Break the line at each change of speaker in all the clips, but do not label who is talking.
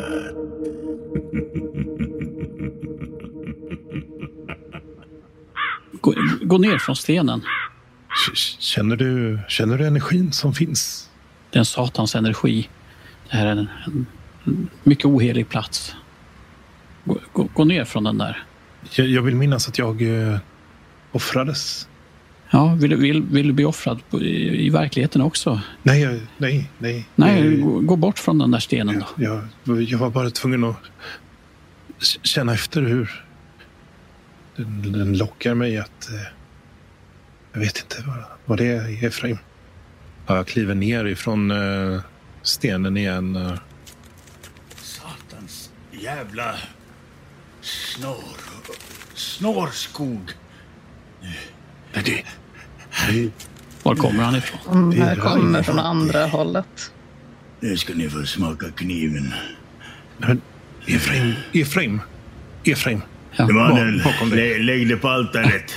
Skräckblandat.
Gå, gå ner från stenen.
K- Känner du, känner du energin som finns?
Det är en satans energi. Det här är en, en, en mycket ohelig plats. Gå, gå, gå ner från den där.
Jag, jag vill minnas att jag eh, offrades.
Ja, vill, vill, vill du bli offrad på, i, i verkligheten också?
Nej, jag, nej, nej.
Nej,
Eh,
gå, gå bort från den där stenen då.
jag, jag var bara tvungen att k- känna efter hur den, den lockar mig att... eh, Jag vet inte vad, vad det är, Efraim. Ja, jag kliver ner ifrån eh, stenen igen. eh.
Satans jävla snår... Snårskog.
Nej, det, det,
Var kommer han ifrån?
De här
Det är
kommer
röjligt.
från andra hållet.
Nu ska ni få smaka kniven.
men, Efraim, Efraim, Efraim.
Emanuel,
Mm. bakom dig.
lä lägg dig på altaret.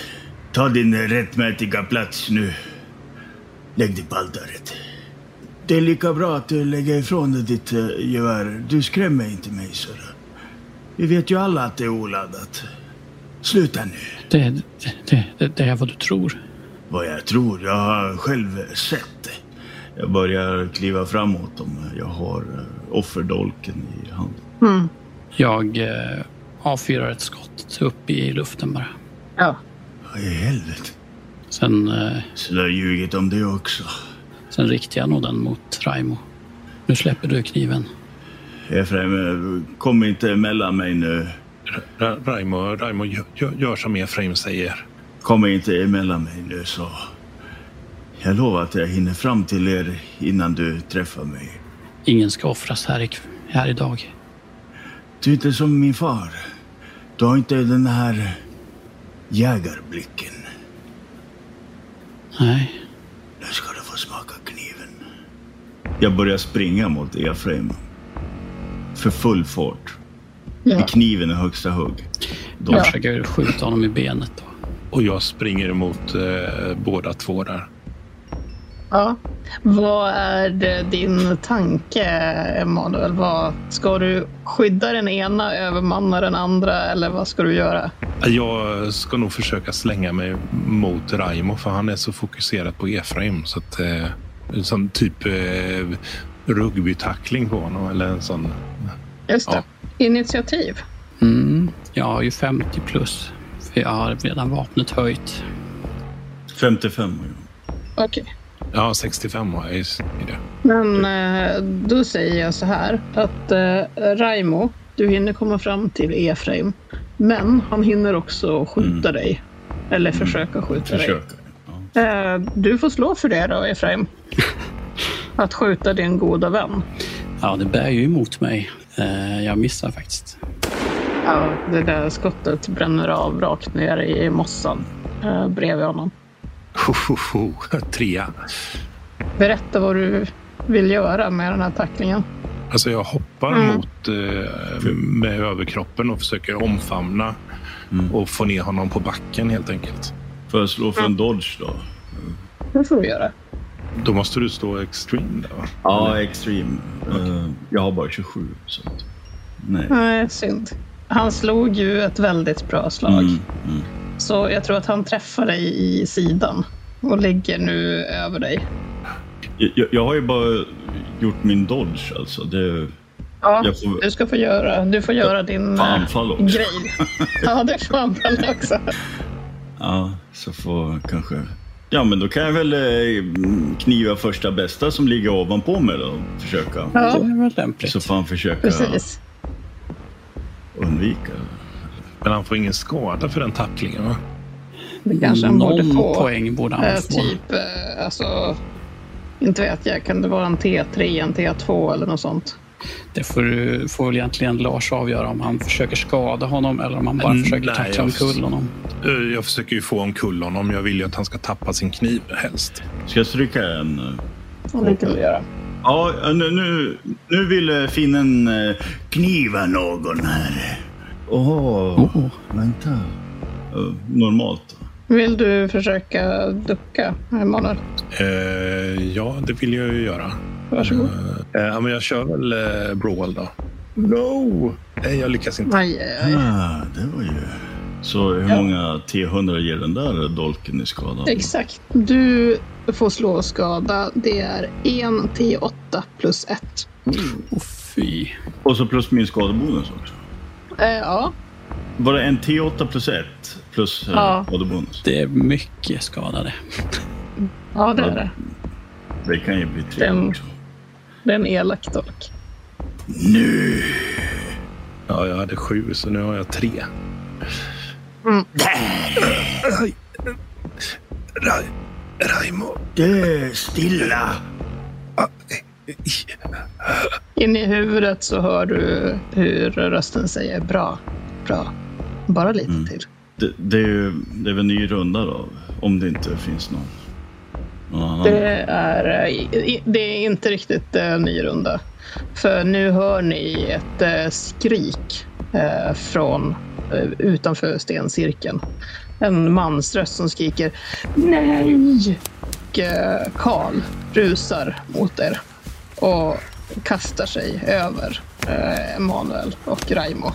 Ta din rättmätiga plats nu. Lägg dig på altaret. Det är lika bra att du lägger ifrån dig ditt eh, gevär. Du skrämmer inte mig, Sara. Vi vet ju alla att det är oladdat. Sluta nu.
Det, det, det, det, det är vad du tror.
vad jag tror. Jag har själv sett det. Jag börjar kliva framåt om jag har eh, offerdolken i handen.
Jag eh, avfyrar ett skott upp i luften bara.
Ja.
Vad i helvete?
Sen, eh,
Så där ljuget om det också.
sen riktar jag nog den mot Raimo. Nu släpper du kniven.
Efraim, eh, kom inte emellan mig nu.
Ra- Raimo, Raimo gör, gör, gör som Efraim säger.
Kom inte emellan mig nu, så. Jag lovar att jag hinner fram till er innan du träffar mig.
Ingen ska offras här, i, här idag.
Du är inte som min far. Du har inte den här jägarblicken.
Nej,
Nu ska du få smaka kniven. Jag börjar springa mot Efraim. För full fart. Med kniven i högsta hugg. Då
jag försöker skjuta honom i benet då.
Och jag springer emot eh, båda två där.
ja. Vad är det din tanke, Emanuel? Vad, ska du skydda den ena, övermanna den andra eller vad ska du göra?
Jag ska nog försöka slänga mig mot Raimo för han är så fokuserad på Efraim. Så att, eh, en sån typ eh, rugbytackling på honom. Eller en sån...
Just det. Initiativ.
Mm, jag har ju 50 plus. För jag har redan vapnet höjt.
55.
Okej.
Ja, 65 har jag i i det.
Men eh, då säger jag så här att eh, Raimo, du hinner komma fram till Efraim. Men han hinner också
Mm.
skjuta dig. Eller försöka skjuta dig.
Försöker. Ja.
Eh, du får slå för det då, Efraim. Att skjuta din goda vän.
Ja, det bär ju emot mig. Eh, jag missar faktiskt.
Ja, det där skottet bränner av rakt ner i mossan eh, bredvid honom.
Ho, ho, ho. Trea.
Berätta vad du vill göra med den här tacklingen.
Alltså jag hoppar mot eh, med överkroppen och försöker omfamna och få ner honom på backen helt enkelt.
Får jag slå för en dodge då?
Det får du göra.
Då måste du stå extreme där va?
Ja, extreme. Eh, jag har bara 27. Så att... Nej.
Nej, synd. Han slog ju ett väldigt bra slag.
Mm, mm.
Så jag tror att han träffar dig i sidan och ligger nu över dig.
Jag- Jag, jag har ju bara gjort min dodge alltså. Det,
Ja,
Jag får-
du ska få göra, du får göra din
Får
eh,
anfall också.
grej. Ja, du får anfall också.
ja, så får kanske... Ja, men då kan jag väl eh, kniva första bästa som ligger ovanpå mig då. Försöka.
Det
Ja,
är väl lämpligt.
Så får han försöka
precis.
undvika.
Men han får ingen skada för den tacklingen va?
Det kanske han
Någon
borde få.
poäng borde han
Eh,
få.
typ, eh, alltså, inte vet jag, kan det vara en T3, en T2 eller något sånt?
Det får, du- får väl egentligen Lars avgöra om han försöker skada honom eller om han bara
Mm,
försöker
nej,
tackla
jag-
omkull honom.
Eh, Jag försöker ju få omkull honom. Jag vill ju att han ska tappa sin kniv helst.
Ska jag stryka en? eh,
Om det kan du göra.
Ja, nu, nu, nu vill finnen eh, kniva någon här. Åh,
Oh.
vänta. Eh, Normalt.
Vill du försöka ducka, Emanuel?
Eh, ja, det vill jag ju göra.
Varsågod.
Eh, ja, men jag kör väl eh, Brawl då. No! Nej, jag lyckas inte.
Aj, aj, aj.
Ah, det var ju... Så hur
Ja.
många T100 ger den där dolken i skada?
Exakt. Du får slå skada. Det är 1 T8 plus 1.
Åh fy.
Och så plus min skadebonus också.
Eh, ja,
Var det en T8 plus 1 plus eh,
Ja.
skadebonus?
Det är mycket skadade.
ja, det är det.
Det kan ju bli tre
Den-
också.
Det är en elak dolk.
Nu!
Ja, jag hade sju, så nu har jag tre. Aj. Ra- Raimo.
Dö stilla!
In i huvudet så hör du hur rösten säger bra, bra. Bara lite
Mm.
till.
Det, det, är ju, det är väl en ny runda då, om det inte finns någon, någon annan.
Det är, eh, i- det är inte riktigt en ny runda. För nu hör ni ett eh, skrik eh, från eh, utanför stencirkeln. En mansröst som skriker Nej! Och eh, Karl rusar mot er och kastar sig över eh, Emanuel och Raimo.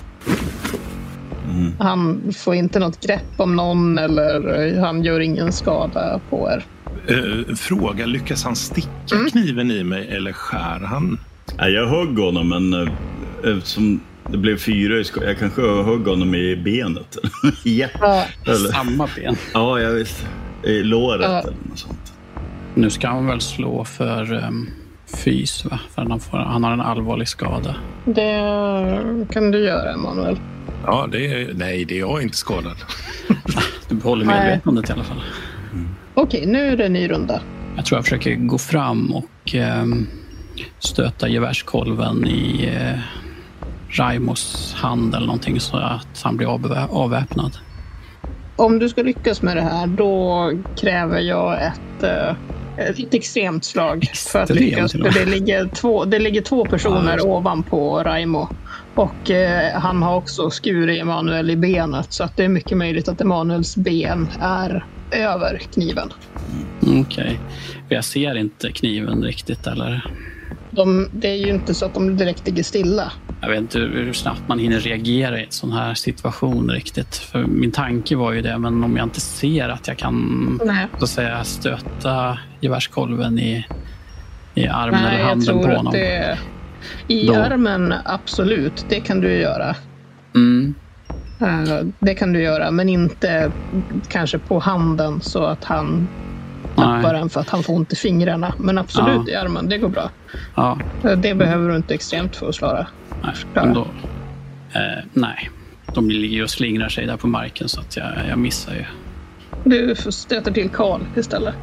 Han får inte något grepp om någon eller eh, han gör ingen skada på er.
Eh, fråga, lyckas han sticka kniven i mig eller skär han?
Nej, jag högg honom, men eh, eftersom det blev fyra i skada, jag kanske högg honom i benet. ja.
Ja.
Eller,
Samma ben.
ja, jag visst. I låret
Ja.
eller något sånt.
Nu ska han väl slå för um, fys, va? För han, får, han har en allvarlig skada.
Det kan du göra, Emanuel.
Ja, det är, nej, det är jag inte skadad.
Du behåller
Nej.
medvetandet i alla fall.
Okej, nu är det en ny runda.
Jag tror jag försöker gå fram och ehm, stöta gevärskolven i eh, Raimos hand eller någonting så att han blir avvä- avväpnad.
Om du ska lyckas med det här, då kräver jag ett, eh, ett extremt slag för att
Extremt
lyckas.
till och
För
med.
det ligger två, det ligger två personer ovanpå Raimo. Och eh, han har också skurit Emanuel i benet, så att det är mycket möjligt att Emanuels ben är över kniven.
Mm, Okej. För Jag ser inte kniven riktigt eller...
De, det är ju inte så att de direkt ligger stilla.
Jag vet inte hur snabbt man hinner reagera i en sån här situation riktigt. För min tanke var ju det, men om jag inte ser att jag kan
Nej.
så att säga, stöta gevärskolven i, i armen
Nej,
eller
jag
handen på
tror
honom.
att det... I
Då.
armen, absolut. Det kan du göra.
Mm.
Eh, Det kan du göra, men inte kanske på handen så att han tappar
Nej.
den för att han får ont i fingrarna. Men absolut
Ja.
i armen, det går bra.
Ja.
Eh, Det behöver du inte extremt för att klara.
Nej,
Klara.
men då, eh, nej. de ligger ju och slingrar sig där på marken så att jag, jag missar ju.
Du får stöta till Karl istället.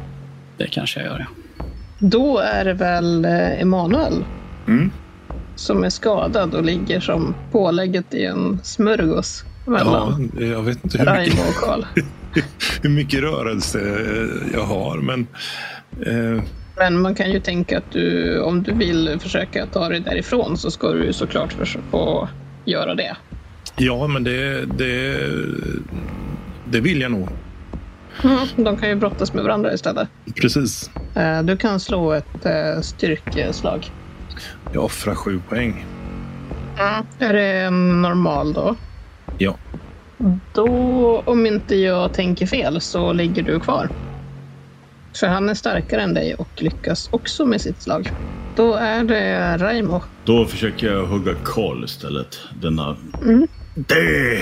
Det kanske jag gör. ja.
Då är det väl eh, Emanuel
Mm.
som är skadad och ligger som pålägget i en smörgås
Ja,
mellan
jag vet inte hur mycket,
Raimo och Karl.
hur mycket rörelse eh, jag har, men... Eh,
Men man kan ju tänka att du, om du vill försöka ta dig därifrån så ska du ju såklart försöka göra det.
ja, men det, det, det vill jag nog.
Mm, de kan ju brottas med varandra istället.
Precis.
Eh, Du kan slå ett eh, styrkeslag.
Jag offrar sju poäng.
Är det en normal då?
Ja.
Då, om inte jag tänker fel, så ligger du kvar. För han är starkare än dig och lyckas också med sitt slag. Då är det Raimo.
Då försöker jag hugga Karl istället. Denna... Dö!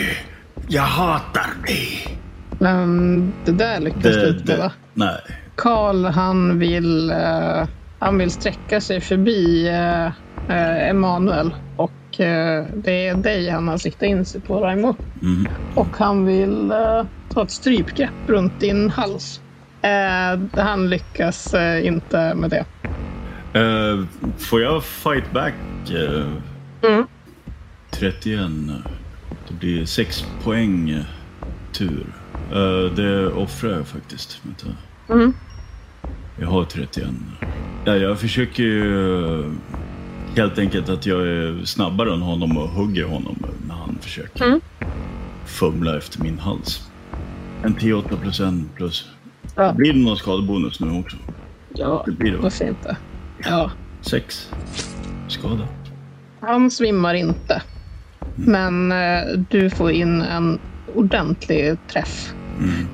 Jag hatar dig!
Men det där lyckas du
Dö,
inte
dö.
med va?
Nej.
Karl han vill, eh, han vill sträcka sig förbi eh, eh, Emanuel och eh, det är dig han har siktat in sig på Raimo.
Mm.
Och han vill eh, ta ett strypgrepp runt din hals. Eh, han lyckas eh, inte med det.
Eh, får jag fight back? eh,
Mm.
31. Det blir 6 poäng eh,
Mm.
tur. Eh, det offrar jag faktiskt. Vänta. Jag har 31. Ja, jag försöker ju eh, helt enkelt att jag är snabbare än honom och hugger honom när han försöker
Mm.
fumla efter min hals. En T8 plus en plus.
Ja.
Blir det någon skadebonus nu också?
Ja,
Det blir det va?
varför inte? Ja.
Sex. Skada.
Han svimmar inte. Men eh, du får in en ordentlig träff.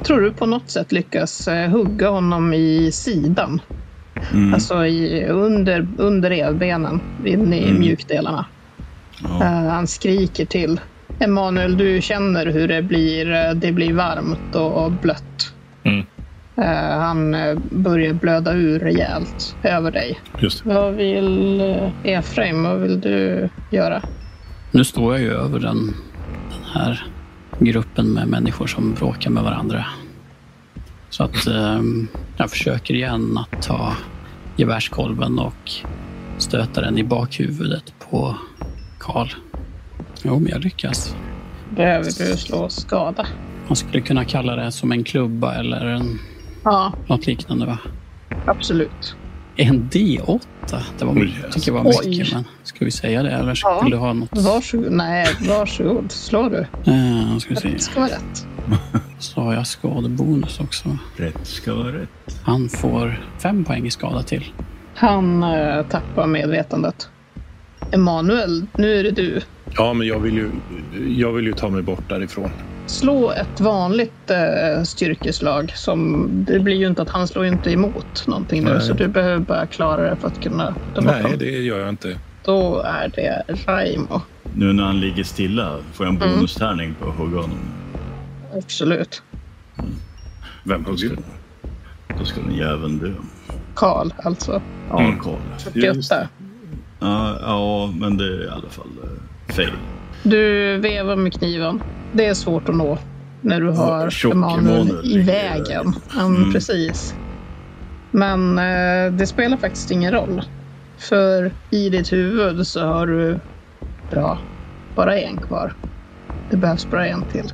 Tror du på något sätt lyckas eh, hugga honom i sidan? Alltså i, under, under revbenen, in i mjukdelarna.
Ja.
Eh, han skriker till. Emanuel, du känner hur det blir, eh, det blir varmt och, och blött.
Mm.
Eh, han eh, börjar blöda ur rejält över dig.
Just det.
Vad vill eh, Efraim, vad vill du göra?
Nu står jag ju över den, den här gruppen med människor som bråkar med varandra. Så att ehm, jag försöker igen att ta gevärskolven och stöta den i bakhuvudet på Karl. Jo, men jag lyckas.
Behöver du slå skada?
Man skulle kunna kalla det som en klubba eller en,
Ja,
något liknande. Va?
absolut.
En D8? Det var,
Oj,
jag tycker det
yes.
var mycket,
Oj.
men ska vi säga det eller
Ja.
vill du ha något?
Varsågod. Nej, varsågod. Slår du?
Eh, ska vi se.
Det ska vara rätt.
Så har jag skadebonus också.
Rätt ska vara rätt.
Han får fem poäng i skada till.
Han eh, tappar medvetandet. Emanuel, nu är det du.
Ja, men jag vill, ju, jag vill ju ta mig bort därifrån.
Slå ett vanligt eh, styrkeslag. Som, det blir ju inte att han slår ju inte emot någonting nu,
Nej.
så du behöver bara klara det för att kunna ta bort
Nej,
honom.
det gör jag inte.
Då är det Raimo.
Nu när han ligger stilla får jag en bonustärning på att hugga honom.
Absolut.
Vem
Då
hugger?
skulle, då skulle den jäveln dö.
Karl, alltså.
Ja,
Mm.
Karl. Ja, just det.
48.
Ja, ja, men det är i alla fall eh, fail.
Du vevar med kniven. Det är svårt att nå när du har
tjock
Emanuel
Emanuel
i
ligger
vägen. Ja,
Mm.
Precis. Men eh, det spelar faktiskt ingen roll. För i ditt huvud så har du bra, bara en kvar. Det behövs bara en till.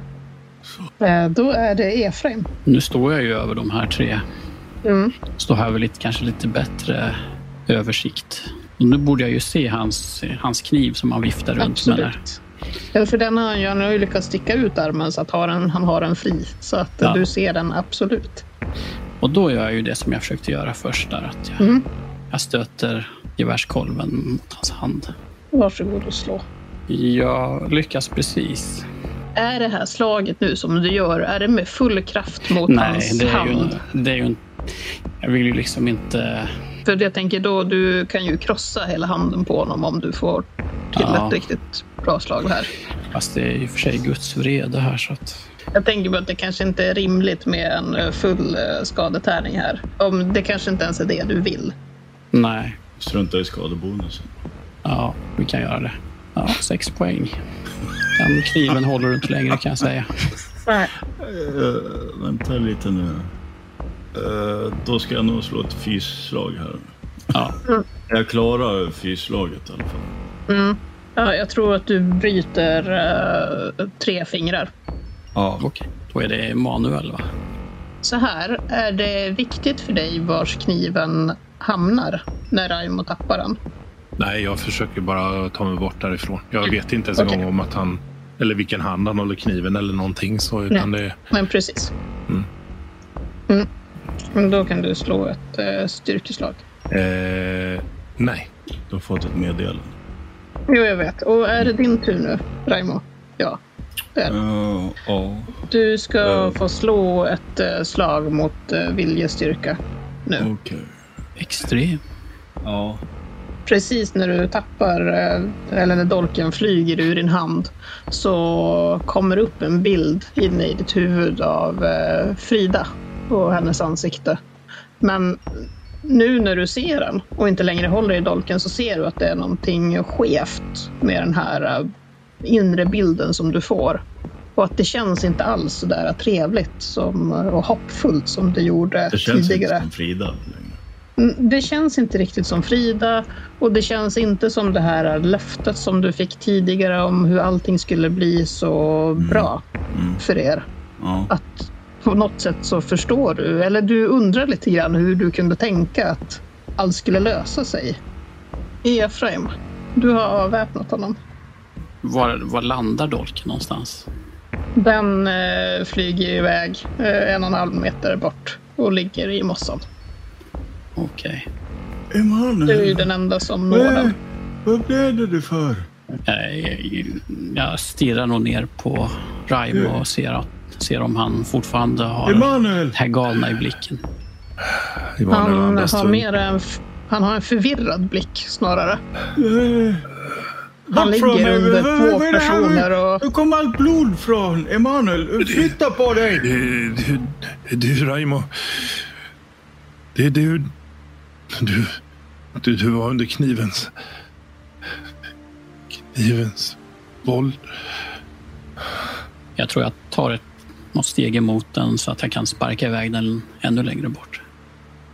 Eh, då är det Efraim.
Nu står jag ju över de här tre.
Mm.
Står här väl lite, kanske lite bättre översikt. Och nu borde jag ju se hans, hans kniv som han viftar runt med. Där.
Absolut. Ja, för den har han, ju- han har ju lyckats sticka ut armen så att har den, han har den fri. Så att eh,
Ja.
du ser den absolut.
Och då gör jag ju det som jag försökte göra först. Där, att jag,
Mm.
jag stöter gevärskolven mot hans hand.
Varsågod och slå.
Jag lyckas precis.
Är det här slaget nu som du gör, är det med full kraft mot
Nej,
hans
det är,
hand?
ju, det är ju... en- Jag vill ju liksom inte...
För jag tänker då, du kan ju krossa hela handen på honom om du får till
Ja.
ett riktigt bra slag här.
Fast det är ju för sig Guds vrede här så att...
Jag tänker bara att det kanske inte är rimligt med en eh, full eh, skadetärning här. Om det kanske inte ens är det du vill.
Nej,
Strunta i skadebonusen.
Ja, vi kan göra det. Ja, sex poäng. Den kniven håller du inte längre kan jag säga.
Nej.
Eh, vänta lite nu. Eh, då ska jag nog slå ett fysslag här.
Ja,
Jag klarar fyslaget i alla fall.
Ja, jag tror att du bryter eh, tre fingrar.
Ja.
okej. Då är det Manuel va?
Så här, är det viktigt för dig vars kniven hamnar när Raimo tappar den?
Nej, jag försöker bara ta mig bort därifrån. Jag vet inte ens en
Okej.
gång om att han... Eller vilken hand han håller kniven eller någonting så. Utan det,
Men precis.
Mm.
Mm. Men Då kan du slå ett eh, styrkeslag.
eh, nej.
Du har fått ett meddelande.
Jo, jag vet. Och är det din tur nu, Raimo? Ja. Det är det.
Eh, ja.
Du ska
Ja.
få slå ett eh, slag mot eh, viljestyrka nu.
Okej.
Extrem.
Ja.
Precis när du tappar, eh, eller när dolken flyger ur din hand, så kommer upp en bild inne i ditt huvud av eh, Frida och hennes ansikte. Men nu när du ser den och inte längre håller i dolken så ser du att det är någonting skevt med den här eh, inre bilden som du får. Och att det känns inte alls så där trevligt som, eh, och hoppfullt som det gjorde
Det känns
tidigare.
inte som Frida längre.
Mm, Det känns inte riktigt som Frida och det känns inte som det här löftet som du fick tidigare om hur allting skulle bli så bra för er.
Ja.
Att på något sätt så förstår du, eller du undrar lite grann hur du kunde tänka att allt skulle lösa sig. Efraim, du har avväpnat honom.
Var, var landar dolken någonstans?
Den eh, flyger iväg eh, en och en halv meter bort och ligger i mossan.
Okej.
Du är ju
Emanuel,
den enda som når den.
vad blöder du för?
Jag, jag stirrar nog ner på Raimo och ser, att- ser om han fortfarande har det
Emanuel!
här galna i blicken.
Emanuel
Han
andas
har,
tungt.
mer en, f- han har en förvirrad blick snarare.
Eh,
Han
bort från
ligger
mig.
under
Vad- vad-
två
vad är det här?
personer och
Var kom allt blod från? Emanuel, flytta på dig!
Eh, Du, du- du Raimo. Det är du. Du, du. du var under knivens... Knivens våld.
Jag tror jag tar ett, något steg emot den så att jag kan sparka iväg den ännu längre bort.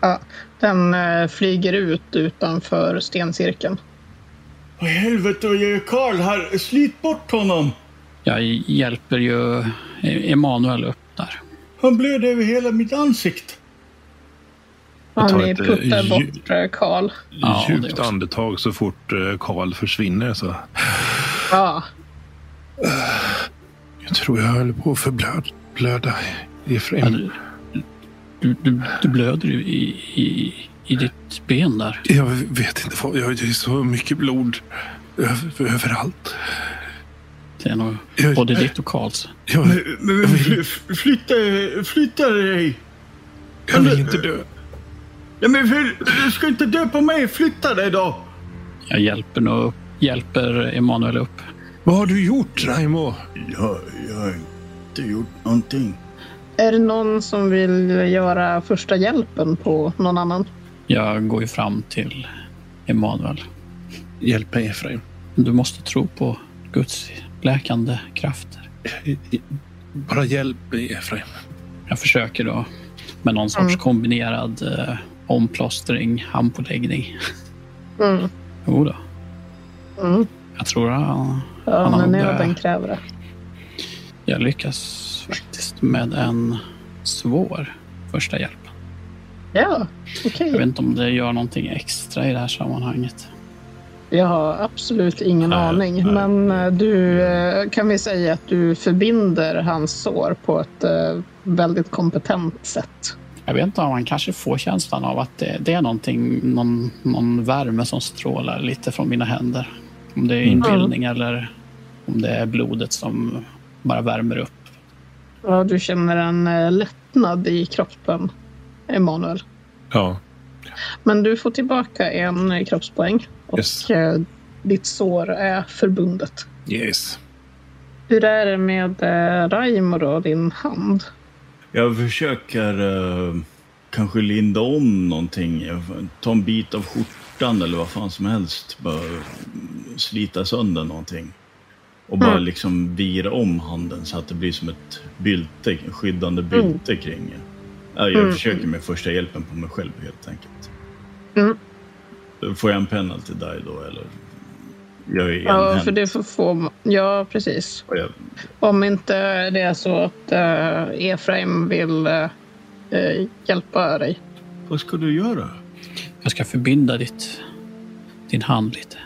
ja, den eh, flyger ut utanför stencirkeln.
Vad i helvete vad gör Karl här? Slit bort honom!
Jag hjälper ju E- Emanuel upp där.
Han blöder över hela mitt ansikte.
tar
Han
ett, eh,
puttar
dju-
bort eh, Karl.
Ja, det
Djupt
också.
andetag så fort eh, Karl försvinner så
Ja,
jag tror jag höll på att förblöda
Ja,
Efraim.
Du, du, du, du blöder ju i, i, i ditt ben där.
Jag vet inte vad. Jag, det är så mycket blod över- överallt.
Det är nog
Jag-
både ditt och Karls.
Jag,
Men- men fly- Flytta, flytta dig!
jag vill inte dö.
Ja, men för, du ska inte dö på mig! Flytta dig då!
Jag hjälper, nog upp, hjälper Emanuel upp.
Vad har du gjort Raimo?
Jag, jag har inte gjort någonting.
är det någon som vill göra första hjälpen på någon annan?
Jag går ju fram till Emanuel.
Hjälp mig Efraim.
Du måste tro på Guds läkande krafter.
I- i- Bara hjälp mig Efraim.
Jag försöker då med någon sorts kombinerad eh, omplåstring, handpåläggning.
Mm.
Jo då.
Mm.
Jag tror han,
Ja,
Han har
men
nog det.
nöden kräver det.
jag lyckas faktiskt med en svår första hjälp.
Ja, okej.
Jag vet inte om det gör någonting extra i det här sammanhanget.
Jag har absolut ingen
Nej,
aning,
nej.
men eh, du eh, kan vi säga att du förbinder hans sår på ett eh, väldigt kompetent sätt.
Jag vet inte om man kanske får känslan av att det, det är någonting, någon, någon värme som strålar lite från mina händer. Om det är inbildning eller om det är blodet som bara värmer upp.
Ja, du känner en eh, lättnad i kroppen, Emanuel.
Ja.
Men du får tillbaka en eh, kroppspoäng och
Yes.
eh, ditt sår är förbundet.
Yes.
Hur är det med eh, Raimo då, din hand?
Jag försöker eh, kanske linda om någonting. Jag får Ta en bit av skjortan eller vad fan som helst. Bara mm, slita sönder någonting. Och bara
Mm.
liksom vira om handen så att det blir som ett bylte, en skyddande bylte kring det. Ja, jag
Mm.
försöker med första hjälpen på mig själv helt enkelt.
Mm.
Får jag en penalty där då eller? Jag är
Ja,
enhänt.
för det får få... Ja, precis.
och jag-
Om inte det är så att eh, Efraim vill eh, eh, hjälpa dig.
Vad ska du göra?
Jag ska förbinda ditt, din hand lite.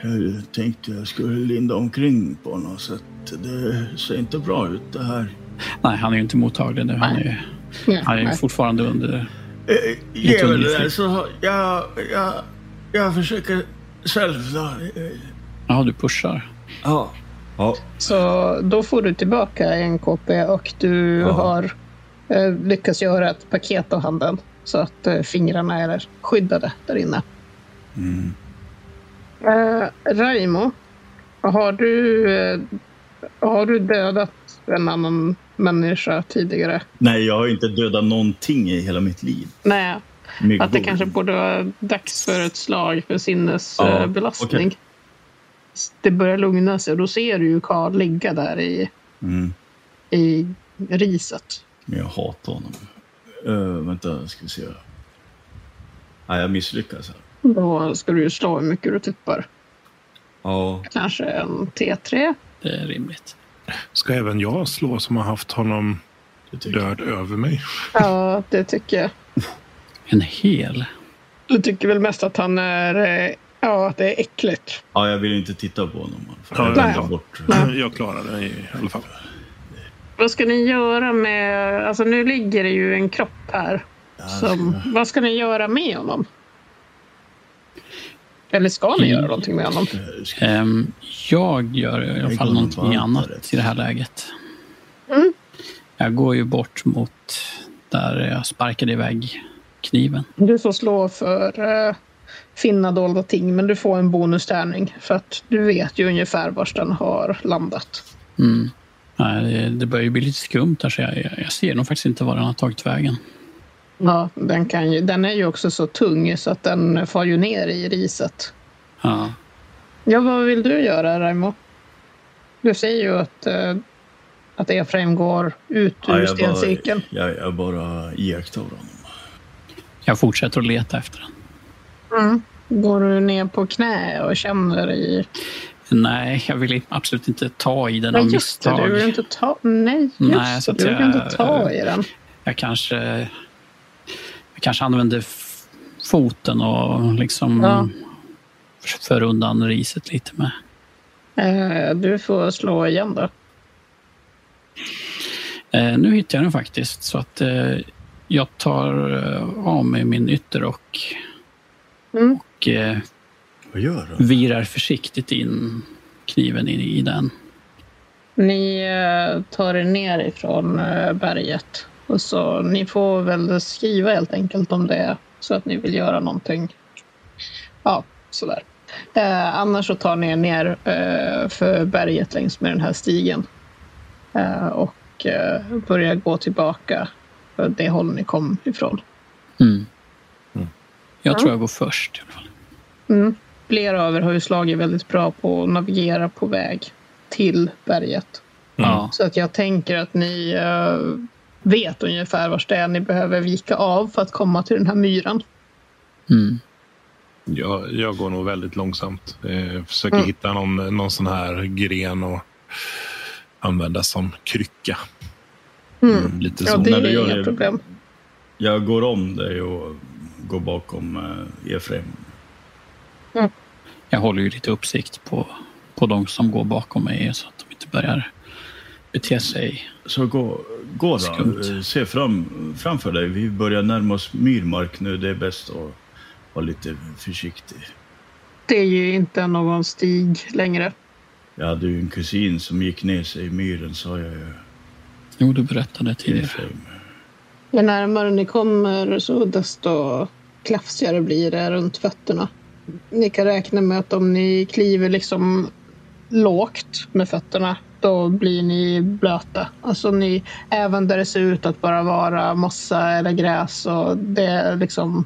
Jag tänkte jag skulle linda omkring på något sätt. Det ser inte bra ut det här.
Nej, han är ju inte mottaglig nu. Han är, ju-
Nej,
han är ju
nej.
fortfarande under...
Eh, Ge mig det där
underflykt.
så har- jag, jag, jag försöker själv då. Eh,
Ja, du pushar.
Ja. ja.
Så då får du tillbaka en KP och du
Ja.
har eh, lyckats göra ett paket av handen så att eh, fingrarna är skyddade där inne. Eh, Raimo, har du, eh, har du dödat en annan människa tidigare?
Nej, jag har inte dödat någonting i hela mitt liv.
Nej,
Mycket
Att det
god.
kanske borde vara dags för ett slag för
Ja,
sinnesbelastning.
okej.
Det börjar lugna sig och då ser du ju Karl ligga där i,
Mm.
i riset.
Men jag hatar honom. Eh, vänta, ska vi se. Nej, jag misslyckas här.
Då ska du ju slå hur mycket du tippar.
Ja.
Kanske en T3.
Det är rimligt.
Ska även jag slå som har haft honom
Det tycker jag.
Rörd över mig.
Ja, det tycker jag.
En hel?
Du tycker väl mest att han är... eh, Ja, att det är äckligt.
Ja, jag vill inte titta på honom. För
Ja,
jag
ja,
vänder
ja.
bort.
Jag klarade det i alla fall.
Vad ska ni göra med... Alltså nu ligger det ju en kropp här. Som, vad ska ni göra med honom? Eller ska ni göra någonting med honom?
Eh,
Ehm, jag gör i alla
Jag
fall
går
någonting
varmt
annat
där ute.
i det här läget.
Mm.
Jag går ju bort mot där jag sparkade iväg kniven.
Du får slå för eh, finna dolda ting, men du får en bonustärning. För att du vet ju ungefär var den har landat.
Mm. Nej, det- Det börjar ju bli lite skumt här så jag, jag ser nog faktiskt inte var den har tagit vägen.
Ja, den, kan ju, den är ju också så tung så att den far ju ner i riset.
Ja.
Ja, vad vill du göra, Raimo? Du säger ju att, eh, att Efraim går ut
Ja,
ur
jag, bara,
stencirkeln.
jag, jag bara iakttar honom.
Jag fortsätter att leta efter den.
Mm. Går du ner på knä och känner i...
Nej, jag vill absolut inte ta i den av
Nej, just det,
misstag.
du vill inte ta... Nej, just
Nej, så
det,
att
du vill
jag-
inte ta i den.
Jag kanske, jag kanske använder f- foten och liksom
Ja.
f- för undan riset lite med.
Eh, Du får slå igen då.
Eh, nu hittar jag den faktiskt så att eh, jag tar eh, av mig min ytterrock
Mm.
och eh,
Vad gör han?
virar försiktigt in kniven in i den.
Ni eh, tar er ner ifrån eh, berget. Och så, ni får väl skriva helt enkelt om det så att ni vill göra någonting. Ja, sådär. Eh, annars så tar ni er ner eh, för berget längs med den här stigen. Eh, och eh, börjar gå tillbaka för det håll ni kom ifrån.
Mm.
Jag tror jag går först. i alla fall.
Flera av er har ju slagit väldigt bra på att navigera på väg till berget.
Mm.
Ja.
Så att jag tänker att ni eh, vet ungefär vart det är ni behöver vika av för att komma till den här myran.
Mm.
Jag, jag går nog väldigt långsamt. Eh, försöker hitta någon, någon sån här gren och använda som krycka. Mm, Lite
Ja,
så.
det
när du gör
är inga
det-
problem.
Jag går om dig och går bakom eh, Efraim.
Jag håller ju lite uppsikt på, på de som går bakom mig så att de inte börjar bete sig.
Så gå, gå då.
Skumt.
Eh, Se fram, framför dig. Vi börjar närma oss myrmark nu. Det är bäst att vara lite försiktig.
Det är ju inte någon stig längre.
Jag hade ju en kusin som gick ner sig i myren, sa jag ju.
Jo, du berättade tidigare.
Mm.
Efraim.
Ju närmare ni kommer så desto klafsigare blir det runt fötterna. Ni kan räkna med att om ni kliver liksom lågt med fötterna då blir ni blöta. Alltså ni, även där det ser ut att bara vara mossa eller gräs och det är liksom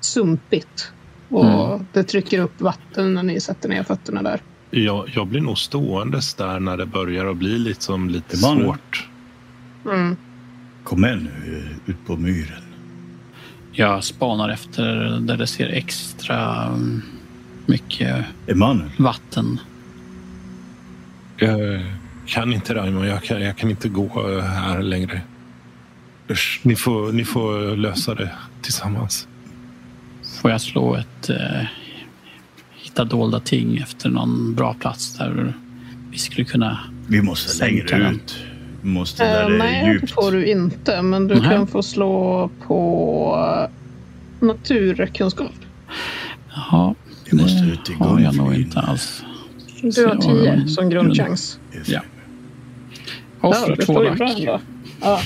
sumpigt. Och
Mm.
det trycker upp vatten när ni sätter ner fötterna där.
Jag, jag blir nog ståendes där när det börjar att bli liksom lite
Det var nu.
svårt.
Mm.
Kom med nu, eh, ut på myren.
Jag spanar efter där det ser extra mm, mycket
Emanuel,
vatten.
Jag Eh, kan inte Raimo, jag kan, jag kan inte gå eh, här längre. Usch, ni, får, ni får lösa det tillsammans.
Får jag slå ett... Eh, hitta dolda ting efter någon bra plats där vi skulle kunna...
vi måste
Sänka
längre
den.
ut. Vi måste
Eh,
där det är
nej, det
djupt.
får du inte. Men du
Mhm.
kan få slå på naturkunskap.
Jaha,
Vi måste ut i
det har jag nog
gungflyn.
inte alls.
Du har
Så jag har
10
en
som grundchans.
Ja.
Efraim.
Ja,
Offra
det
två
står ju bra
lack.
ändå. Ja.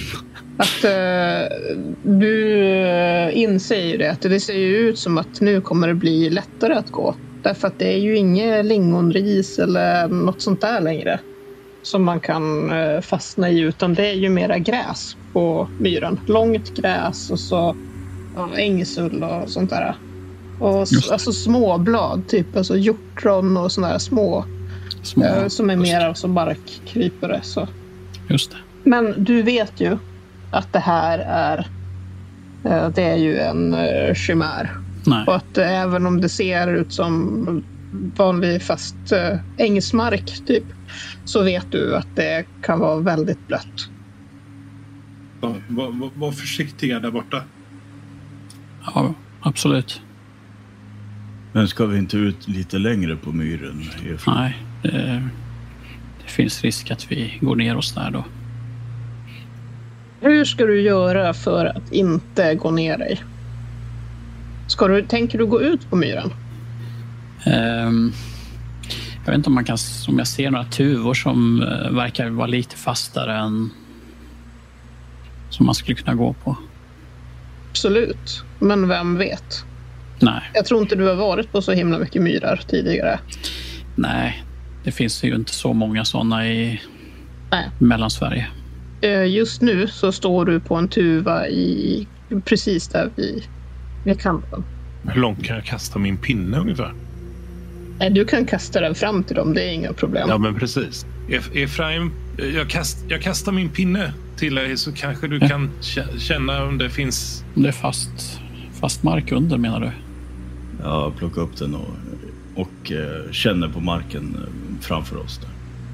Att eh, du eh, inser ju det, att det ser ju ut som att nu kommer det bli lättare att gå. Därför att det är ju inget lingonris eller något sånt där längre som man kan eh, fastna i, utan det är ju mera gräs på myren. Långt gräs och så ja, ängsull och sånt där. Och
Just
s-
det.
alltså småblad, typ alltså hjortron och sådana där små
Små.
eh, som är mera som barkkrypare. Så.
Just det.
Men du vet ju att det här är eh, det är ju en eh, chimär.
Nej.
Och att eh, även om det ser ut som vanlig fast eh, ängsmark typ så vet du att det kan vara väldigt blött.
Ja, var, var, var försiktiga där borta.
Ja, absolut.
Men ska vi inte ut lite längre på myren? ifrån?
Nej, det, det finns risk att vi går ner oss där då.
Hur ska du göra för att inte gå ner dig? Ska du, tänker du gå ut på myren?
Ehm, jag vet inte om, man kan, om jag ser några tuvor som eh, verkar vara lite fastare än som man skulle kunna gå på.
Absolut, men vem vet?
Nej,
Jag tror inte du har varit på så himla mycket myrar tidigare.
nej. Det finns ju inte så många sådana i
Nej.
Mellansverige.
Eh, Just nu så står du på en tuva i precis där vid, vid kanten.
Hur långt kan jag kasta min pinne ungefär?
Nej, Du kan kasta den fram till dem, det är inga problem.
Ja, men precis. Ef- Efraim, jag, kast, jag kastar min pinne till dig så kanske du
Ja.
kan kä- känna om det finns...
Om Det är fast, fast mark under menar du?
Ja, plocka upp den och, och eh, känner på marken eh, framför oss. Där.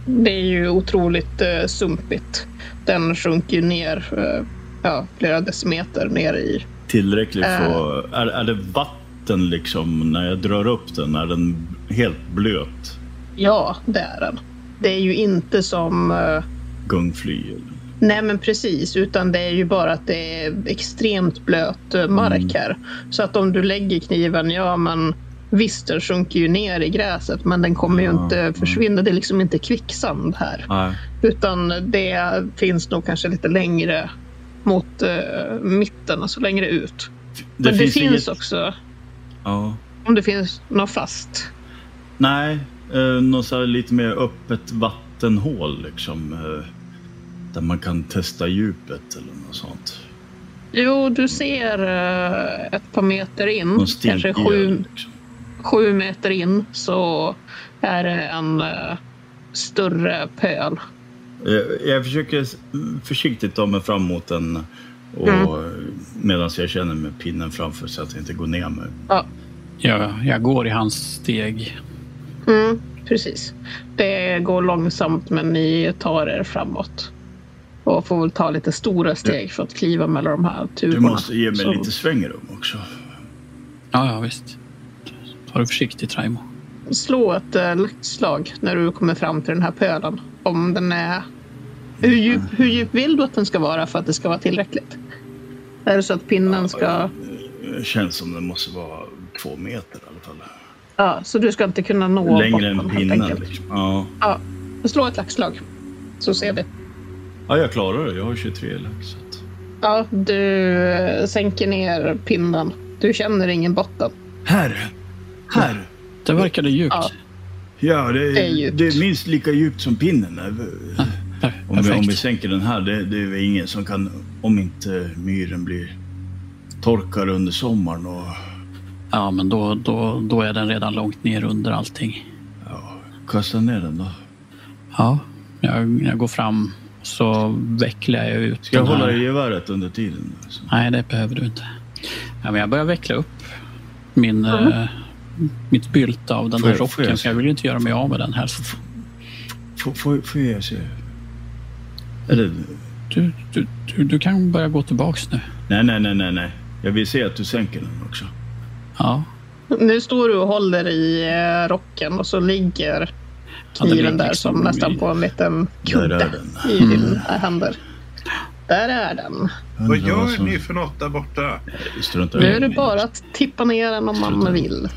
Det är ju otroligt eh, sumpigt. Den sjunker ju ner eh, ja, flera decimeter ner i.
Tillräckligt
Äh.
för... Är, är det vatten liksom när jag drar upp den? Är den helt blöt?
Ja, det är den. Det är ju inte som... eh,
Gungfly? eller?
Nej, men precis. Utan det är ju bara att det är extremt blöt eh,
Mm.
mark här. Så att om du lägger kniven, ja men visst, den sjunker ju ner i gräset, men den kommer ju
Ja,
inte
mm.
försvinna. Det är liksom inte kvicksand här.
Nej.
Utan det finns nog kanske lite längre mot eh, mitten, alltså längre ut. men det finns, också,
Ja.
om det finns något fast.
Nej, eh, något så här lite mer öppet vattenhål liksom. Eh, där man kan testa djupet eller något sånt.
Jo, du ser eh, ett par meter in,
Någon
kanske
stenkul,
sju,
liksom.
sju meter in, så är det en eh, större pöl.
Eh, Jag försöker s- försiktigt ta mig fram mot den och
Mm.
medan jag känner med pinnen framför så att jag inte går ner mig.
Ja,
Jag, jag går i hans steg.
mm, precis. Det går långsamt, men ni tar er framåt. Och får väl ta lite stora steg för att kliva mellan de här tuberna.
Du måste ge mig
Så-
lite svängrum också.
Ja, ja visst. Ta det försiktigt Raimo.
slå ett eh, luktslag när du kommer fram till den här pölen. Om den är... Hur djup, hur djup vill du att den ska vara för att det ska vara tillräckligt? Är det så att pinnen ska...
Det känns som det måste vara två meter i alla fall.
Ja, så du ska inte kunna nå
Längre än
botten, helt
pinnen.
enkelt.
Liksom. Ja.
Ja, slå ett laxslag. Så ser vi.
ja, jag klarar det. Jag har 23 lax. så att-
Ja, du eh, sänker ner pinnen. Du känner ingen botten.
Här! Här!
Det verkade djupt.
Ja.
Ja, det är,
Det är djupt.
det är minst lika djupt som pinnen.
Per-
Om vi, om vi
Perfekt.
sänker den här, det, det är väl ingen som kan... Om inte myren blir torkare under sommaren och...
Ja, men då, då, då är den redan långt ner under allting.
Ja, kasta ner den då.
Ja, jag, jag går fram så vecklar jag ut
Ska jag
den
hålla
här.
i geväret under tiden? Alltså?
Nej, det behöver du inte. Ja, men jag börjar veckla upp min, eh, mitt bylte av den
Får
här
jag- får
rocken.
jag
för Jag vill ju inte göra mig av med den helst.
Får, får, får jag se? Eller...
Du, du, du, du kan börja gå tillbaks nu.
Nej, nej, nej, nej, nej. Jag vill se att du sänker den också.
Ja,
Nu står du och håller i eh, rocken och så ligger
Ja, den
kniven
ligger
där
liksom
som nästan
i-
på en liten
Där är
kudde
den.
i
Mm.
dina händer. Där är den.
Vad
Undrar
gör
som-
ni för något där borta?
Strunta
Nu
i
är det bara att tippa ner den om man vill.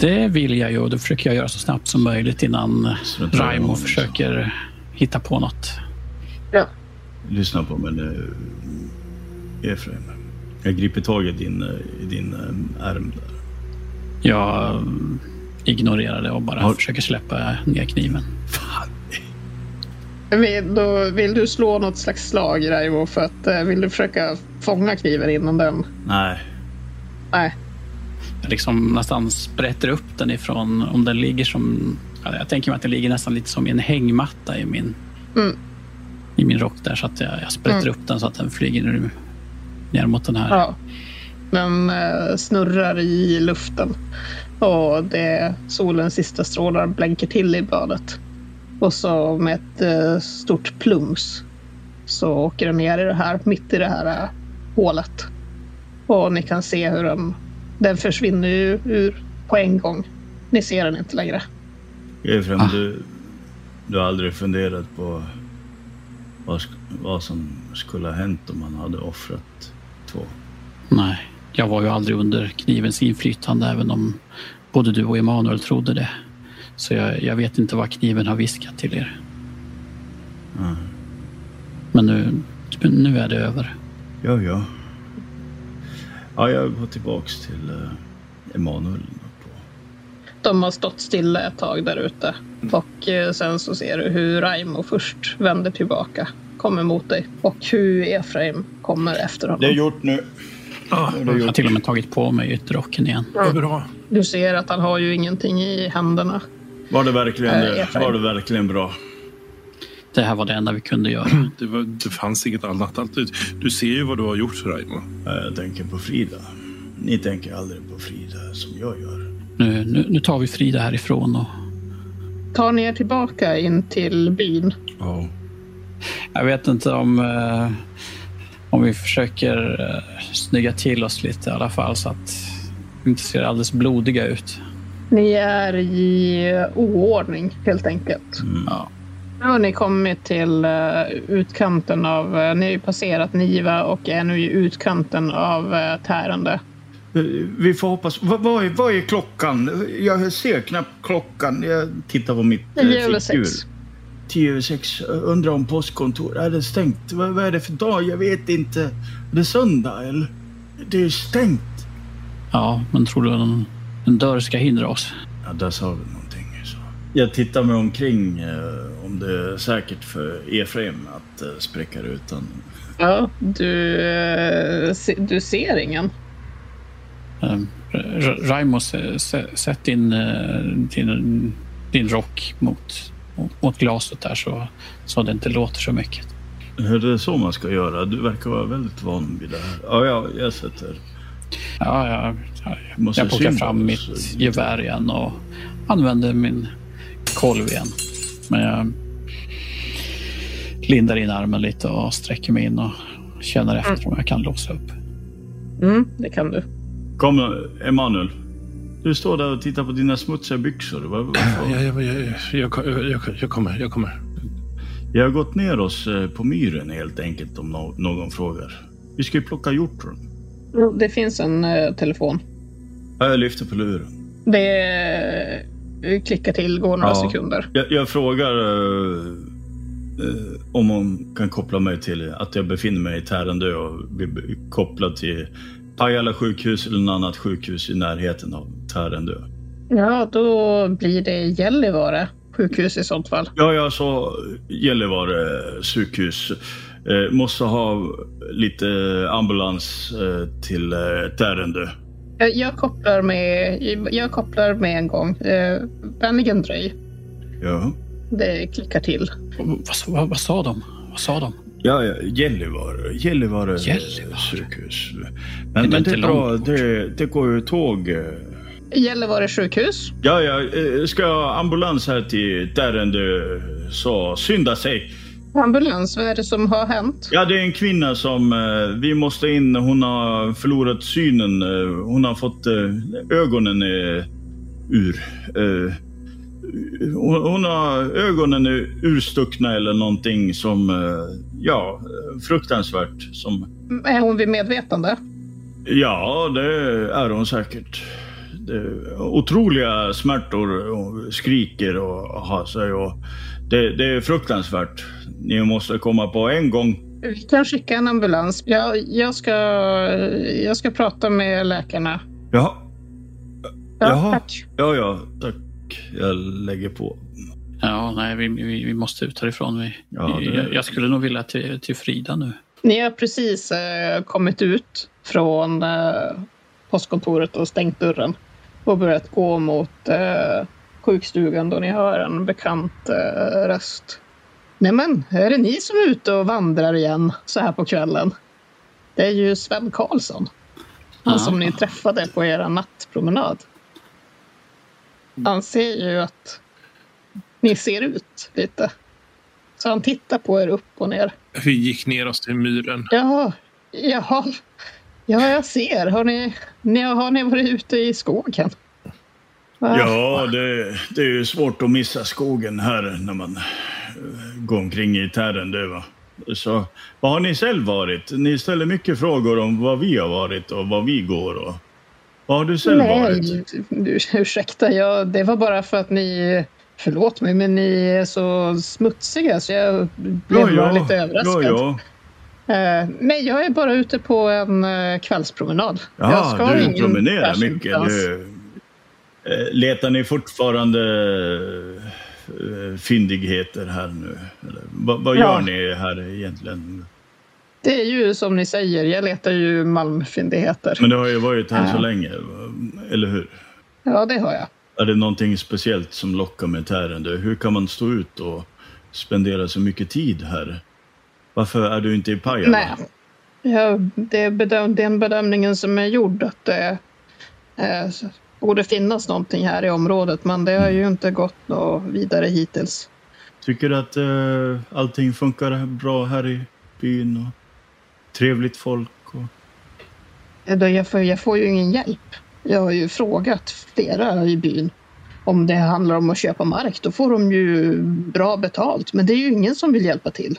det vill jag ju och det försöker jag göra så snabbt som möjligt innan
Strunta i
Raimo
honom,
försöker hitta på något.
Ja.
Lyssna på mig nu, Efraim. Jag griper tag i din, eh, i din eh, ärm där.
Jag eh, ignorerar det och bara
Har-
försöker släppa ner kniven.
Vill, då vill du slå något slags slag, Raimo, för att eh, vill du försöka fånga kniven innan den?
Nej,
Nej.
Jag liksom nästan sprätter upp den ifrån om den ligger som... ja, Jag tänker mig att den ligger nästan lite som i en hängmatta i min,
Mm.
i min rock där. Så att jag, jag sprätter upp den så att den flyger nu ner mot den här.
Ja. Den eh, snurrar i luften och det, solens sista strålar blänker till i bladet. Och så med ett eh, stort plums så åker de ner i det här, mitt i det här eh, hålet. Och ni kan se hur den, den försvinner ju ur på en gång. Ni ser den inte längre.
Efraim,
Ah.
du, du har aldrig funderat på vad, sk- vad som skulle ha hänt om man hade offrat två?
Nej, jag var ju aldrig under knivens inflytande även om både du och Emanuel trodde det. Så jag, jag vet inte vad kniven har viskat till er.
Mm.
Men nu, nu är det över.
Ja, ja. Ja, jag går tillbaks till eh, Emanuel. På.
De har stått stilla ett tag där ute. Och eh, sen så ser du hur Raimo först vänder tillbaka, kommer mot dig. Och hur Efraim kommer efter honom.
gjort nu.
Ja,
Jag har till och med tagit på mig ytterrocken igen.
vad bra.
Du ser att han har ju ingenting i händerna.
Var det verkligen,
Eh,
det?
Efraim.
Var det verkligen bra?
Det här var det enda vi kunde göra.
Det, var, det fanns inget annat alternativ. Du ser ju vad du har gjort, Raimo.
Ja, Jag tänker på Frida. Ni tänker aldrig på Frida som jag gör.
Nu, nu, nu tar vi Frida härifrån och
Tar ni er tillbaka in till byn?
Ja.
Eh,
Jag vet inte om, eh, om vi försöker eh, snygga till oss lite i alla fall så att vi inte ser alldeles blodiga ut.
Ni är i eh, oordning helt enkelt.
Ja.
Nu har ni kommit till eh, utkanten av... eh, ni har ju passerat Niva och är nu i utkanten av uh, Tärande.
Eh, Vi får hoppas. Vad, vad, är, vad är klockan? Jag ser knappt klockan. Jag tittar på mitt eh,
Tio över
fickur.
sex.
Tio över sex. Undrar om postkontor är det stängt? Vad, vad är det för dag? Jag vet inte. Är det söndag eller? Det är stängt.
ja, men tror du en, en dörr ska hindra oss?
Ja, där sa vi någonting. Så. Jag tittar mig omkring eh, om det är säkert för Efraim att eh, spräcka rutan.
Ja, du, eh, se, du ser ingen.
Eh, R- Raimo, sä- sä- sätt din, eh, din, din rock mot, mot glaset där så, så det inte låter så mycket.
Är det så man ska göra? Du verkar vara väldigt van vid det här. Ja, ja, jag sätter.
Ja, jag, jag,
Måste
jag plockar
synas.
fram mitt gevär igen och använder min kolv igen. Men jag lindar in armen lite och sträcker mig in och känner efter om jag kan låsa upp.
Mm, det kan du.
Kom nu, Emanuel. Du står där och tittar på dina smutsiga byxor. Vad- vad- vad-
Jag, jag, jag, jag, jag, jag kommer, jag kommer.
Jag har gått ner oss eh, på myren helt enkelt om no- någon frågar. Vi ska ju plocka hjortron.
Det finns en eh, telefon.
Ja, Jag lyfter på luren.
Det eh, klickar till, går några
Ja.
sekunder.
Jag, jag frågar eh, eh, om hon kan koppla mig till att jag befinner mig i Tärendö och blir b- kopplad till Pajala sjukhus eller något annat sjukhus i närheten av Tärendö.
Ja, då blir det Gällivare sjukhus i sånt fall.
Ja, jag sa Gällivare sjukhus. Eh, måste ha lite ambulans eh, till eh, Tärendö.
Eh, Jag kopplar med, jag kopplar med en gång. Eh, Vänligen dröj.
Ja.
Det klickar till.
Vad, sa- vad, vad sa de? Vad sa de?
Ja, ja, Gällivare, Gällivare,
Gällivare.
sjukhus.
det
Men, men det
inte
är bra,
långt bort?
det, det går ju tåg. eh.
Gällivare sjukhus.
Ja, ja, eh, ska jag ha ambulans här till Tärendö så synda sig.
Ambulans, vad är det som har hänt?
Ja, det är en kvinna som eh, vi måste in. Hon har förlorat synen. eh, Hon har fått eh, ögonen eh, ur. eh, Hon, hon har ögonen eh, urstuckna eller någonting som, eh, ja, fruktansvärt. Som
Mm, Är hon vid medvetande?
Ja, det är hon säkert. Det är otroliga smärtor. Hon skriker och har sig. Och det, det är fruktansvärt. Ni måste komma på en gång.
Vi kan skicka en ambulans. Jag, jag, ska, jag ska prata med läkarna.
Jaha.
Ja,
Jaha.
tack.
Ja, ja, tack. Jag lägger på.
Ja, nej, vi, vi, vi måste ut härifrån. Vi,
Ja, det-
jag, jag skulle nog vilja till, till Frida nu.
Ni har precis eh, kommit ut från eh, postkontoret och stängt dörren och börjat gå mot eh, sjukstugan då ni hör en bekant eh, röst. Nämen, är det ni som är ute och vandrar igen så här på kvällen? Det är ju Sven Karlsson. Han som ni träffade på er nattpromenad. Han ser ju att ni ser ut lite Så han tittar på er upp och ner.
Vi gick ner oss till myren.
Jaha, jaha. Ja, jag ser. Har ni, ni, har ni varit ute i skogen? Va?
Ja, det, det är ju svårt att missa skogen här när man eh, går omkring i Tärendö. Va? Så vad har ni själv varit? Ni ställer mycket frågor om vad vi har varit och vad vi går och vad har du själv varit?
Nej, urs- ursäkta. Jag, det var bara för att ni... Förlåt mig, men ni är så smutsiga så jag blev bara lite överraskad.
Ja, ja.
Eh, nej, jag är bara ute på en eh, kvällspromenad. jag
Ja,
ska
du
ingen
promenerar
bärs
mycket.
någonstans.
Du, Eh, letar ni fortfarande eh, fyndigheter här nu? Eller, vad vad
Ja.
gör ni här egentligen?
Det är ju som ni säger, jag letar ju malmfyndigheter.
Men du har ju varit här så
Ja.
länge, eller hur?
Ja, det har jag.
Är det någonting speciellt som lockar med Tärendö? Hur kan man stå ut och spendera så mycket tid här? Varför är du inte i Pajala?
Nej. Ja, det är bedöm- den bedömningen som är gjord att det eh, så- borde finnas någonting här i området, men det har ju inte gått något vidare hittills.
Tycker du att eh, allting funkar bra här i byn? Och trevligt folk? Och...
Eh, då Jag får, jag får ju ingen hjälp. Jag har ju frågat flera i byn om det handlar om att köpa mark. Då får de ju bra betalt, men det är ju ingen som vill hjälpa till.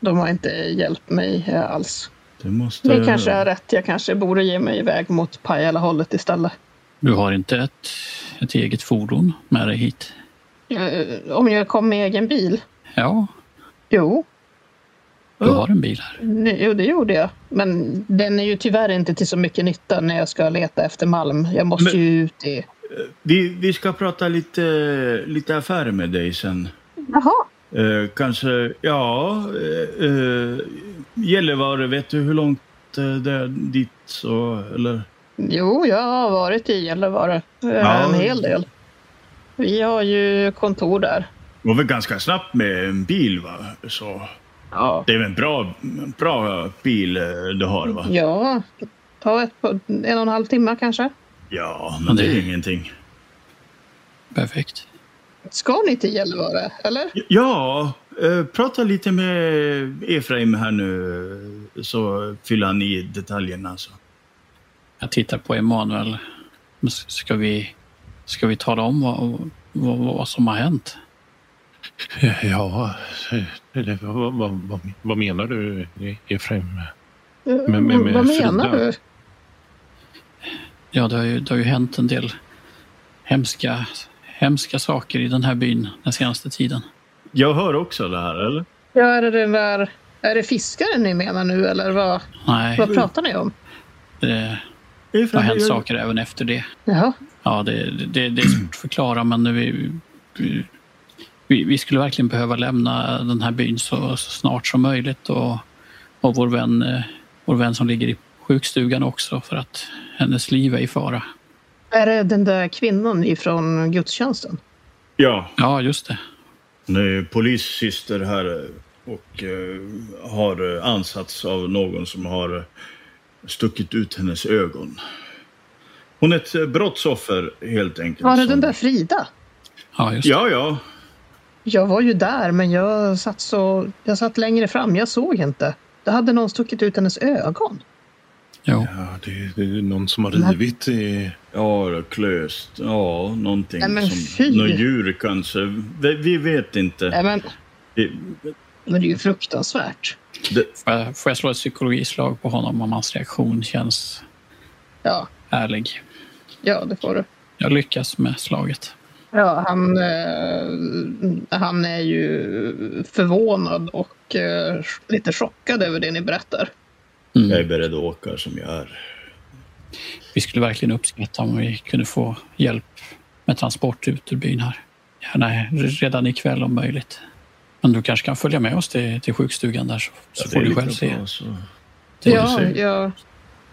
De har inte hjälpt mig eh, alls.
Det måste...
Ni kanske har rätt. Jag kanske borde ge mig iväg mot Pajala-hållet istället.
Du har inte ett, ett eget fordon med dig hit?
Eh, Om jag kom med egen bil?
Ja,
Jo,
du har en bil här.
nu- jo, det gjorde jag. Men den är ju tyvärr inte till så mycket nytta när jag ska leta efter malm. Jag måste
Men-
ju ut i...
Vi, vi ska prata lite, lite affärer med dig sen.
Jaha.
Eh, kanske, ja... Eh, eh, Gällivare, vet du hur långt eh, det är dit? Så, eller?
Jo, jag har varit i Gällivare eh,
Ja.
en hel del. Vi har ju kontor där.
Det går väl ganska snabbt med en bil, va? Så,
Ja.
det är väl en bra, bra bil eh, du har, va?
Ja, ta ett, par- en och en halv timme kanske.
Ja, men det är ingenting.
Perfekt.
Ska ni till Gällivare, eller?
Ja, eh, prata lite med Efraim här nu så fyller han i detaljerna. Så.
Jag tittar på Emanuel. Men s- Ska vi, ska vi tala om vad, vad, vad som har hänt?
Ja, eller, vad, vad, vad, vad menar du Efraim?
Eh,
men- men
Vad
Frida-
menar du?
Ja, det har ju, det har ju hänt en del hemska, hemska saker i den här byn den senaste tiden.
Jag hör också det här, eller?
Ja, är det den där... Är det fiskaren ni menar nu, eller vad,
Nej,
vad pratar ni om?
det, det har
Efraim,
hänt
jag-
saker även efter det.
Jaha.
Ja, det, det, det är svårt att förklara, men vi, vi- vi, vi skulle verkligen behöva lämna den här byn så, så snart som möjligt och, och vår, vän, eh, vår vän som ligger i sjukstugan också för att hennes liv är i fara.
Är det den där kvinnan ifrån gudstjänsten?
Ja,
Ja, just det.
hon är polissyster här och eh, har ansatts av någon som har eh, stuckit ut hennes ögon. Hon är ett eh, brottsoffer, helt enkelt.
Var det
som-
den där Frida?
Ja, just det.
Ja, ja.
Jag var ju där, men jag satt, så, jag satt längre fram. Jag såg inte. Det hade någon stuckit ut hennes ögon.
Jo.
Ja, det, det är någon som har
Men-
rivit i...
Ja, det är klöst. Ja, någonting.
Nej, men
som,
fy.
något djur kanske. Vi, vi vet
Nej,
inte.
men,
Vi,
Mm.
men det är ju fruktansvärt.
det,
Får jag, får jag slå ett psykologislag på honom om hans reaktion känns
Ja,
ärlig?
ja det får du.
Jag lyckas med slaget.
Ja, han, eh, han är ju förvånad och eh, lite chockad över det ni berättar.
jag
Mm.
är beredd att åka som jag är.
Vi skulle verkligen uppskatta om vi kunde få hjälp med transport ut ur byn här. Gärna redan ikväll om möjligt. Men du kanske kan följa med oss till, till sjukstugan där så, så
Ja, det
får
är
du
lika
själv se.
bra, så.
Det är
ja,
säger.
ja,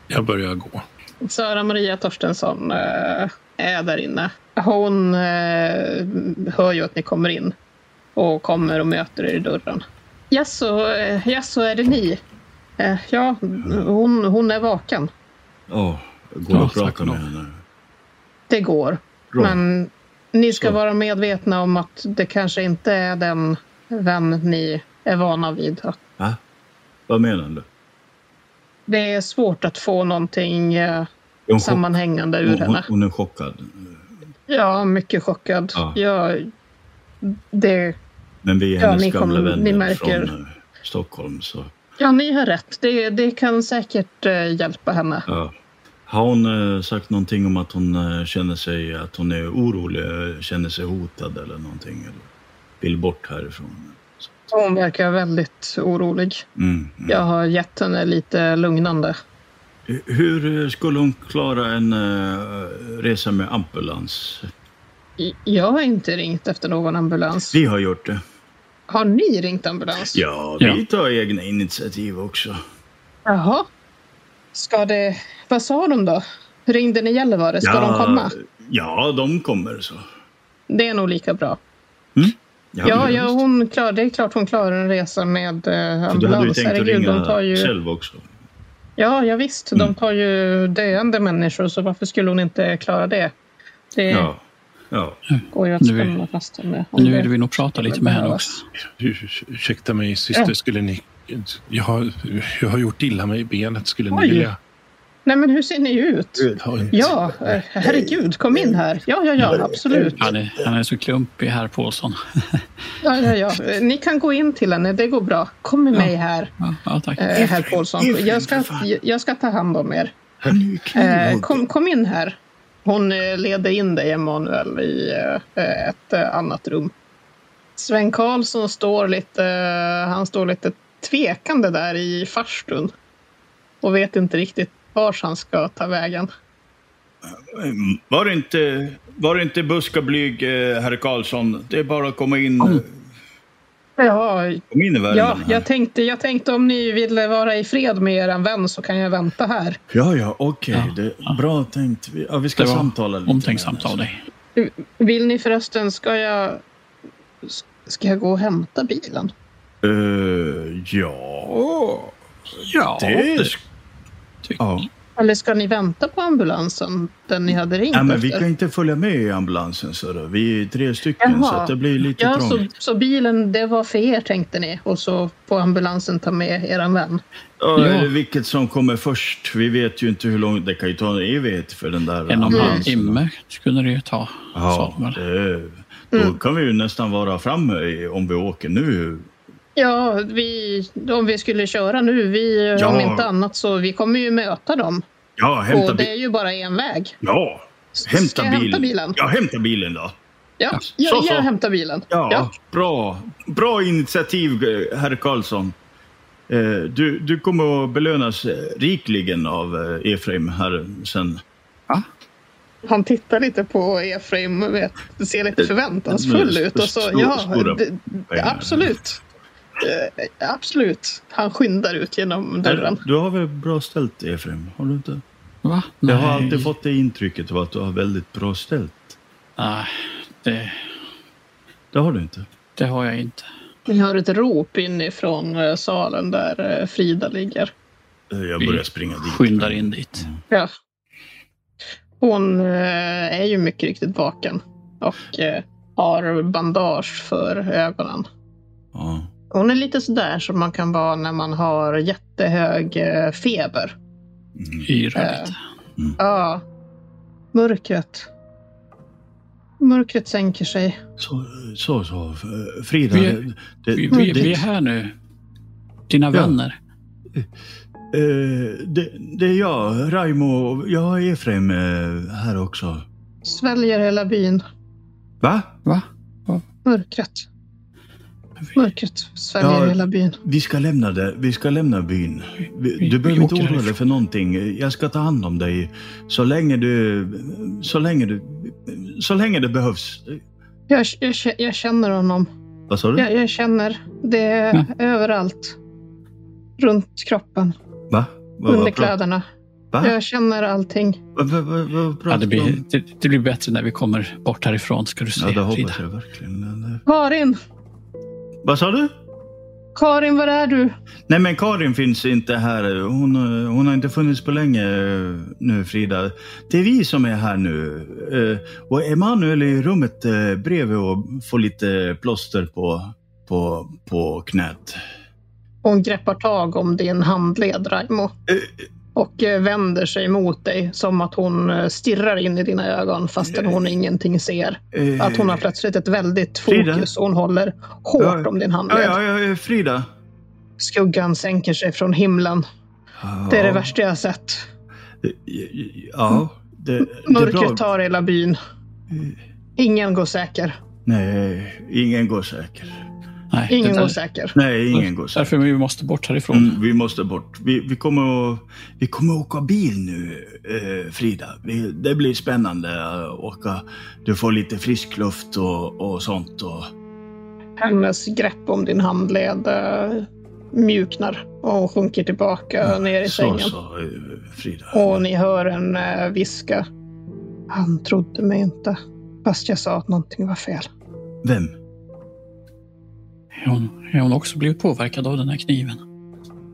Jag börjar gå.
Sara Maria Torstensson eh, är där inne. Hon eh, hör ju att ni kommer in och kommer och möter er i dörren. Jaså, eh, jaså är det ni? Eh, ja, hon, hon är vaken.
Ja, jag går
Ja,
och pratar
tack
med
då.
henne.
Det går.
Bra.
Men ni ska
Så.
vara medvetna om att det kanske inte är den vem ni är vana vid. Att
Va? Vad menar du?
det är svårt att få någonting eh,
Hon, chock-
sammanhängande ur
hon, hon,
henne.
hon är chockad.
Ja, mycket chockad.
Ja.
Jag, det,
Men vi är
Ja,
hennes
ni
gamla
kommer- ni
vänner
märker.
från eh, Stockholm. Så,
ja, ni har rätt. Det, det kan säkert eh, hjälpa henne.
ja. Har hon eh, sagt någonting om att hon eh, känner sig att hon är orolig, eh, känner sig hotad eller någonting? Eller vill bort härifrån? Så,
Hon verkar väldigt orolig.
mm, mm.
Jag har gett henne lite lugnande.
Hu- Hur eh, skulle hon klara en eh, resa med ambulans?
I- Jag har inte ringt efter någon ambulans.
Vi har gjort det.
Har ni ringt ambulans?
Ja,
Ja.
vi tar egna initiativ också.
Jaha. Ska det... Vad sa de då? Ringde ni Gällivare? Ska
ja,
de komma?
Ja, de kommer så.
Det är nog lika bra.
Ja,
Ja, ja
visst.
hon klar, det är klart hon klarar en resa med eh,
För du hade ju
ambulans.
tänkt att
Herregud, de tar
ringa
ju...
själv Mm. också.
Ja, ja visst. De tar ju döende människor, så varför skulle hon inte klara det? Det
Ja. ja.
går ju att
Nu är-
spänna fast henne. om
Men nu
det-
vill vi nog prata lite med henne också.
Ur- Ursäkta mig syster,
Ja.
skulle ni... Jag har, jag har gjort illa mig i benet. Skulle ni
Oj.
vilja
Nej, men hur ser ni ut?
ta en...
Ja, eh, herregud, kom in här. Ja, ja, ja, absolut.
Han är, han är så klumpig, herr Paulsson.
Ja, ja, ja. Eh, Ni kan gå in till henne, det går bra. Kom med mig här,
Ja, ja tack.
eh, herr Paulsson.
Efraim,
Jag ska,
för fan.
jag- jag ska ta hand om er.
Han är ju
Eh,
knullhugg.
Kom, kom in här. Hon eh, leder in dig, Emanuel, i eh, ett eh, annat rum. Sven Karlsson står lite, eh, han står lite tvekande där i farstun och vet inte riktigt vars han ska ta vägen.
Mm, Var det inte, var det inte buska blyg, eh, herr Karlsson? Det är bara att komma in, eh,
Ja,
kom in i världen.
ja
här.
jag, tänkte, jag tänkte om ni ville vara i fred med er vän så kan jag vänta här.
ja, ja okej.
Ja,
det- Bra tänkt. Vi, ja, vi ska
Det var
samtala lite.
Omtänksamt
med
av
henne.
dig.
Vill ni förresten, ska jag... Ska jag gå och hämta bilen?
Eh, ja,
Ja,
det...
det-
sk-
tycker
Ja.
Eller ska ni vänta på ambulansen, den ni hade ringt
Nej, men vi
efter?
kan inte följa med i ambulansen. Så då. Vi är tre stycken,
Jaha.
så att det blir lite
Ja, så,
trångt.
så bilen, det var för er tänkte ni och så får ambulansen ta med eran vän.
Ja.
Ja.
eller Vilket som kommer först. Vi vet ju inte hur långt... Det kan ju ta en evighet för den där
Mm.
En och en halv
ambulansen.
timme skulle det ju ta.
Ja,
sa de väl.
det, då
Mm.
kan vi ju nästan vara framme i- om vi åker nu.
Ja, vi, om vi skulle köra nu, vi,
Ja.
om inte annat så vi kommer ju möta dem.
Ja, hämta
och det är
bilen.
ju bara en väg.
Ja,
Ska
hämta
jag
bilen.
hämta bilen?
Ja, hämta bilen då.
Ja, jag,
Så, så.
jag hämtar bilen.
Ja,
Ja.
Bra. bra initiativ, eh, herr Karlsson. Eh, Du, du kommer att belönas eh, rikligen av eh, Efraim här sen.
Han tittar lite på Efraim och vet, ser lite förväntansfull
Mm,
ut. Och så,
stor-
ja,
stora
d-
pengar.
absolut. Eh, Absolut. Han skyndar ut genom dörren.
Eh, Du har väl bra ställt, Efraim? Har du inte?
Va?
Jag har
Nej.
alltid fått det intrycket av att du har väldigt bra ställt.
Nej, det,
Det har du inte.
det har jag inte.
Ni hör ett rop inifrån eh, salen där eh, Frida ligger.
Eh, Jag börjar springa dit.
Skyndar in dit.
Ja. Hon eh, är ju mycket riktigt vaken och eh, har bandage för ögonen.
Ja.
Hon är lite sådär som man kan vara när man har jättehög eh, feber.
Mm.
Yrar
Eh,
lite.
Ja. Mörkret. Mörkret sänker sig.
Så, så, så. F- Frida.
Vi-
det- det-
Vi, vi,
det-
vi är här nu. Dina vänner.
eh, det, det är jag, Raimo. Jag har Efraim eh, här också.
Sväljer hela byn.
Va?
Va?
Mörkret. Mörkret sväljer
Ja.
hela byn.
Vi ska lämna det. Vi ska lämna byn. Vi,
vi-
du behöver
vi
inte
åker
oroa dig
härifrån.
för någonting. Jag ska ta hand om dig så länge du... Så länge du... Så länge det behövs.
Jag, jag, jag känner honom.
Vad sa du?
Jag, jag känner det är
Ja.
överallt. Runt kroppen,
Va? Vad- vad
under
pratar-
kläderna.
Va?
Jag känner allting.
Vad- vad- vad- Vad
Ja, det,
pratar du
blir,
om?
det, det blir bättre när vi kommer bort härifrån ska du se.
Ja, det
Frida.
hoppas jag verkligen.
Karin!
Vad sa du?
Karin, var är du?
Nej men Karin finns inte här. Hon, eh, hon har inte funnits på länge eh, nu Frida. Det är vi som är här nu. Eh, Och Emanuel är i rummet eh, bredvid och får lite eh, plåster på, på, på knät.
Hon greppar tag om din handled, Raimo.
Eh,
Och eh, vänder sig mot dig som att hon eh, stirrar in i dina ögon fastän hon ingenting ser.
eh,
Att hon har plötsligt ett väldigt
Frida?
fokus och hon håller hårt
Ja.
om din
Ja,
handled.
ja, ja, ja, Frida.
Skuggan sänker sig från himlen. Det är det värsta jag har sett.
eh, Ja. Det, det är bra.
Mörkret tar hela byn. Ingen går säker.
Nej, ingen går säker.
Nej, det
Ingen
där-
går säker.
Nej, ingen går säker.
Därför vi måste bort härifrån.
Mm, vi måste bort. Vi, vi, kommer att, vi kommer att åka bil nu, eh, Frida. Vi, det blir spännande att åka. Du får lite frisk luft och, och sånt. Och,
Hennes grepp om din handled eh, mjuknar och hon sjunker tillbaka ner i
så,
sängen.
så, eh, Frida.
Och ni hör en eh, viska. Han trodde mig inte. Fast jag sa att någonting var fel.
Vem?
Är, hon, är hon också blivit påverkad av den här kniven?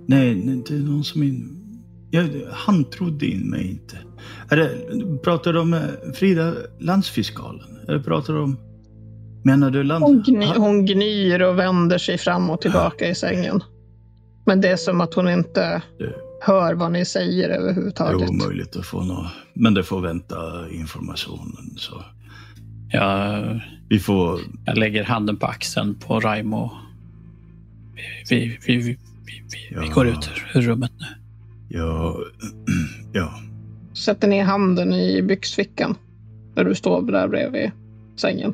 Nej, nej, det är någon som in... Ja, han trodde in mig inte. Är det, pratar du om eh, Frida, landsfiskalen? Eller pratar du om... Menar du land...
Hon, gny,
Ha-
hon gnyr och vänder sig fram och tillbaka i sängen. Men det är som att hon inte
Det-
hör vad ni säger
Det är
överhuvudtaget.
omöjligt att få något. Men det får vänta informationen. Så.
Jag,
Vi får...
jag lägger handen på axeln på Raimo. Vi, vi, vi, vi, vi, vi, vi
Ja.
går ut ur- ur rummet nu.
Ja... Ja.
Sätter ner handen i byxfickan när du står där bredvid sängen.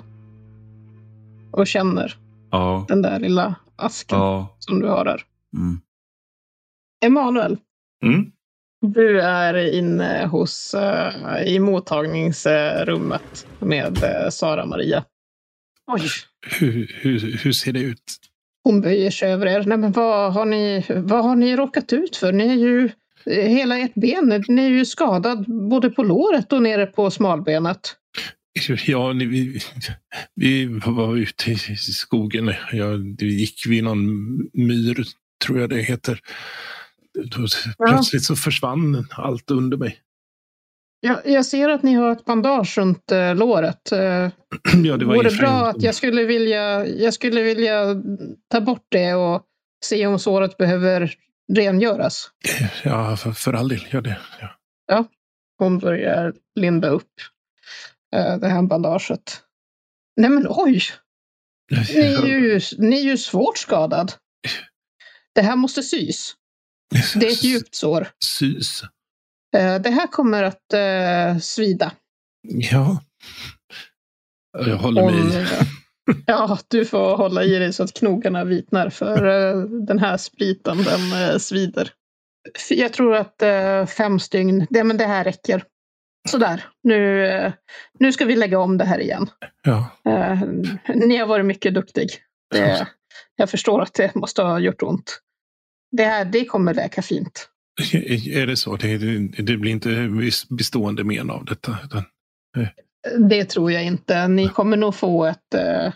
Och känner
Ja.
den där lilla asken
Ja.
som du har där.
Mm.
Emanuel,
Mm.
du är inne hos, eh, i mottagningsrummet med eh, Sara Maria. Oj,
Hur, hur, hur ser det ut?
Hon böjer sig över er. Nej, men vad, har ni, vad har ni råkat ut för? Ni är ju eh, hela ert ben. Ni är ju skadad både på låret och nere på smalbenet.
Ja, ni, vi, vi var ute i skogen. Jag, det gick vid någon myr, tror jag det heter. Då, Plötsligt så försvann allt under mig.
Jag, jag ser att ni har ett bandage runt eh, låret. Eh,
Ja, det var
Vore
Efraim
bra att
som-
jag skulle, vilja, jag skulle vilja ta bort det och se om såret behöver rengöras.
Ja, för, för all del. Ja, det, ja.
Hon börjar linda upp eh, det här bandaget. Nej men oj! Ni är ju, ni är ju svårt skadad. Det här måste sys. Det är ett djupt sår.
Sys.
Eh, Det här kommer att eh, svida.
Ja. Jag håller
Om,
mig.
ja, du får hålla i dig så att knogarna vitnar för eh, den här spriten den eh, svider. F- Jag tror att eh, fem stygn, det, men det här räcker. Sådär, nu, eh, nu ska vi lägga om det här igen.
Ja.
Eh, ni har varit mycket duktig. Det, jag förstår att det måste ha gjort ont. Det här det kommer läka fint.
Är det så? Det, det, det blir inte bestående men av detta. Utan,
Det tror jag inte. Ni kommer nog få ett, eh,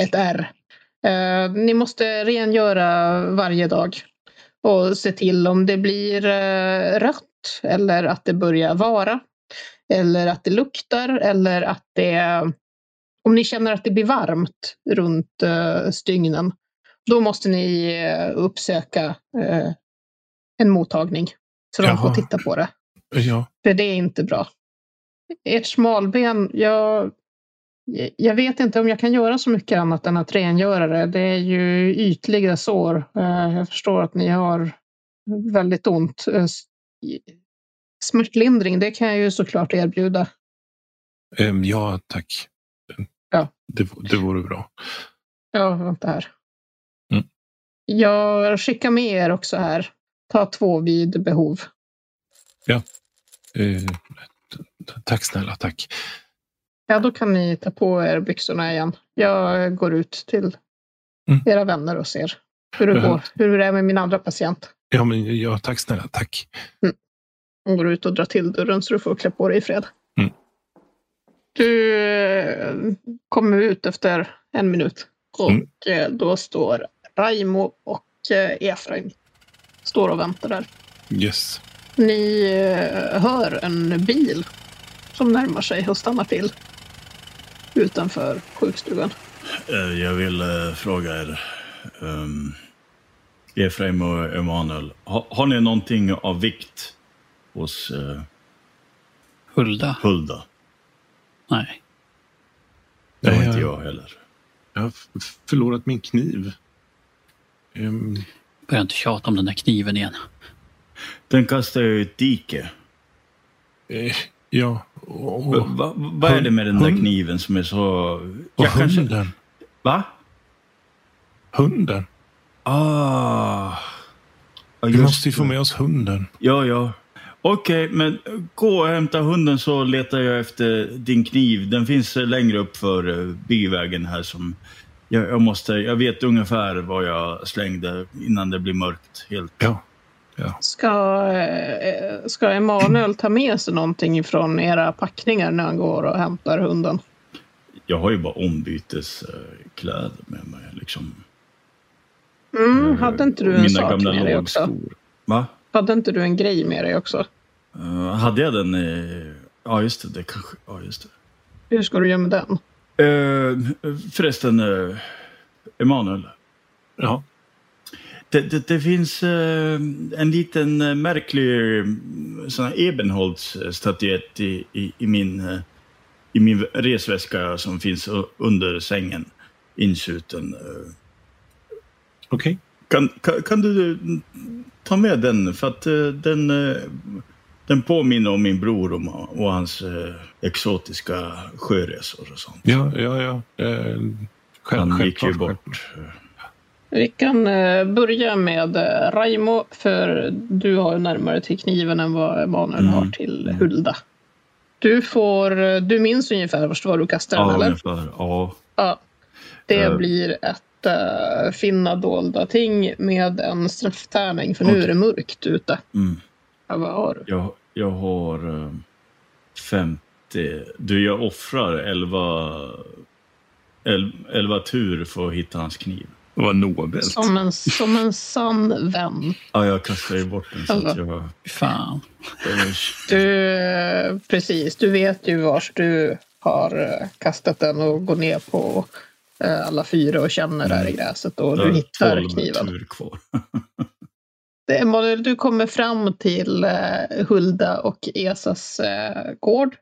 ett R. Eh, Ni måste rengöra varje dag och se till om det blir eh, rött eller att det börjar vara eller att det luktar eller att det... Om ni känner att det blir varmt runt eh, stygnen då måste ni eh, uppsöka eh, en mottagning så de får
Jaha.
titta på det.
ja.
För det är inte bra. Ert smalben, jag, jag vet inte om jag kan göra så mycket annat än att rengöra det. Det är ju ytliga sår. Eh, Jag förstår att ni har väldigt ont. Eh, s- Smärtlindring, det kan jag ju såklart erbjuda.
Ehm, ja, tack.
Ja.
Det, v- det vore bra.
Ja, vänta här.
Mm.
Jag skickar med er också här. Ta två vid behov.
Eh, t- t- tack snälla, tack.
Ja, då kan ni ta på er byxorna igen. Jag går ut till
Mm.
era vänner och ser hur det
Ja.
går. Hur det är med min andra patient.
Ja, men, ja, tack snälla, tack.
Hon går ut och drar till dörren så du får klä på dig i fred.
Mm.
Du eh, kommer ut efter en minut och
Mm.
eh, då står Raimo och eh, Efraim står och väntar där.
Yes.
Ni eh, hör en bil som närmar sig och stannar till utanför sjukstugan.
Eh, Jag vill eh, fråga er. ehm, Efraim och Emanuel. Har, har ni någonting av vikt hos eh,
Hulda?
Hulda?
Nej.
Det har
Nej,
inte
jag-
jag heller.
Eh, Jag har f- förlorat min kniv. Ehm,
Börja inte tjata om den där kniven igen.
Den kastar jag i ett dike.
eh, ja, och,
Va-
och,
va- Vad är det med den där
Hund-
kniven som är så...
och
Jag kanske...
hunden.
Va?
Hunden.
Ah. Ja,
Vi
just
måste ju få
det.
med oss hunden.
Ja, ja. Okej, men gå och hämta hunden så letar jag efter din kniv. Den finns eh, längre upp för eh, byvägen här som... Jag, jag måste... Jag vet ungefär var jag slängde innan det blir mörkt helt.
Ja.
Ska, eh, ska Emanuel ta med sig någonting ifrån era packningar när han går och hämtar hunden?
Jag har ju bara ombyteskläder med mig liksom.
Mm, hade inte du en
Eh, Mina
sak
gamla
med dig också?
lågskor. Va?
Hade inte du en grej med dig också?
Eh, hade jag den i... Ja, just det. det kanske... Ja, just det.
Hur ska du göra med den?
Eh, förresten, eh, Emanuel.
ja.
Det, det, det finns eh, en liten eh, märklig eh, sån här Ebenholts-statyett i, i, i, min, eh, i min resväska som finns u- under sängen, inskjuten. eh.
Okej.
Kan, kan, kan du eh, ta med den? För att eh, den, eh, den påminner om min bror och, och hans eh, exotiska sjöresor och sånt.
Ja, ja, ja. Eh, själv,
Han gick ju
självklart, självklart.
bort.
Vi kan eh, börja med eh, Raimo, för du har ju närmare till kniven än vad Emanuel har
Mm.
till Hulda. Du, får, eh, du minns ungefär vart var du kastade
Ja,
den, eller?
ungefär. Ja.
Ja. Det
Eh.
blir att eh, finna dolda ting med en strafftärning, för nu
Okej.
är det mörkt ute.
Mm.
Ja, vad har du?
Jag, jag har eh, 50... Du, jag offrar 11, el- 11 tur för att hitta hans kniv.
Vad nobelt.
Som en, som en sann vän.
Ja, jag kastar ju bort den så att jag...
Fy Fan.
eh,
Du, eh, precis, du vet ju vars du har eh, kastat den och går ner på eh, alla fyra och känner där
Mm.
i gräset och
jag
du
har
hittar
12
kniven.
tur kvar.
Det är Emanuel, du kommer fram till eh, Hulda och Esas eh, gård.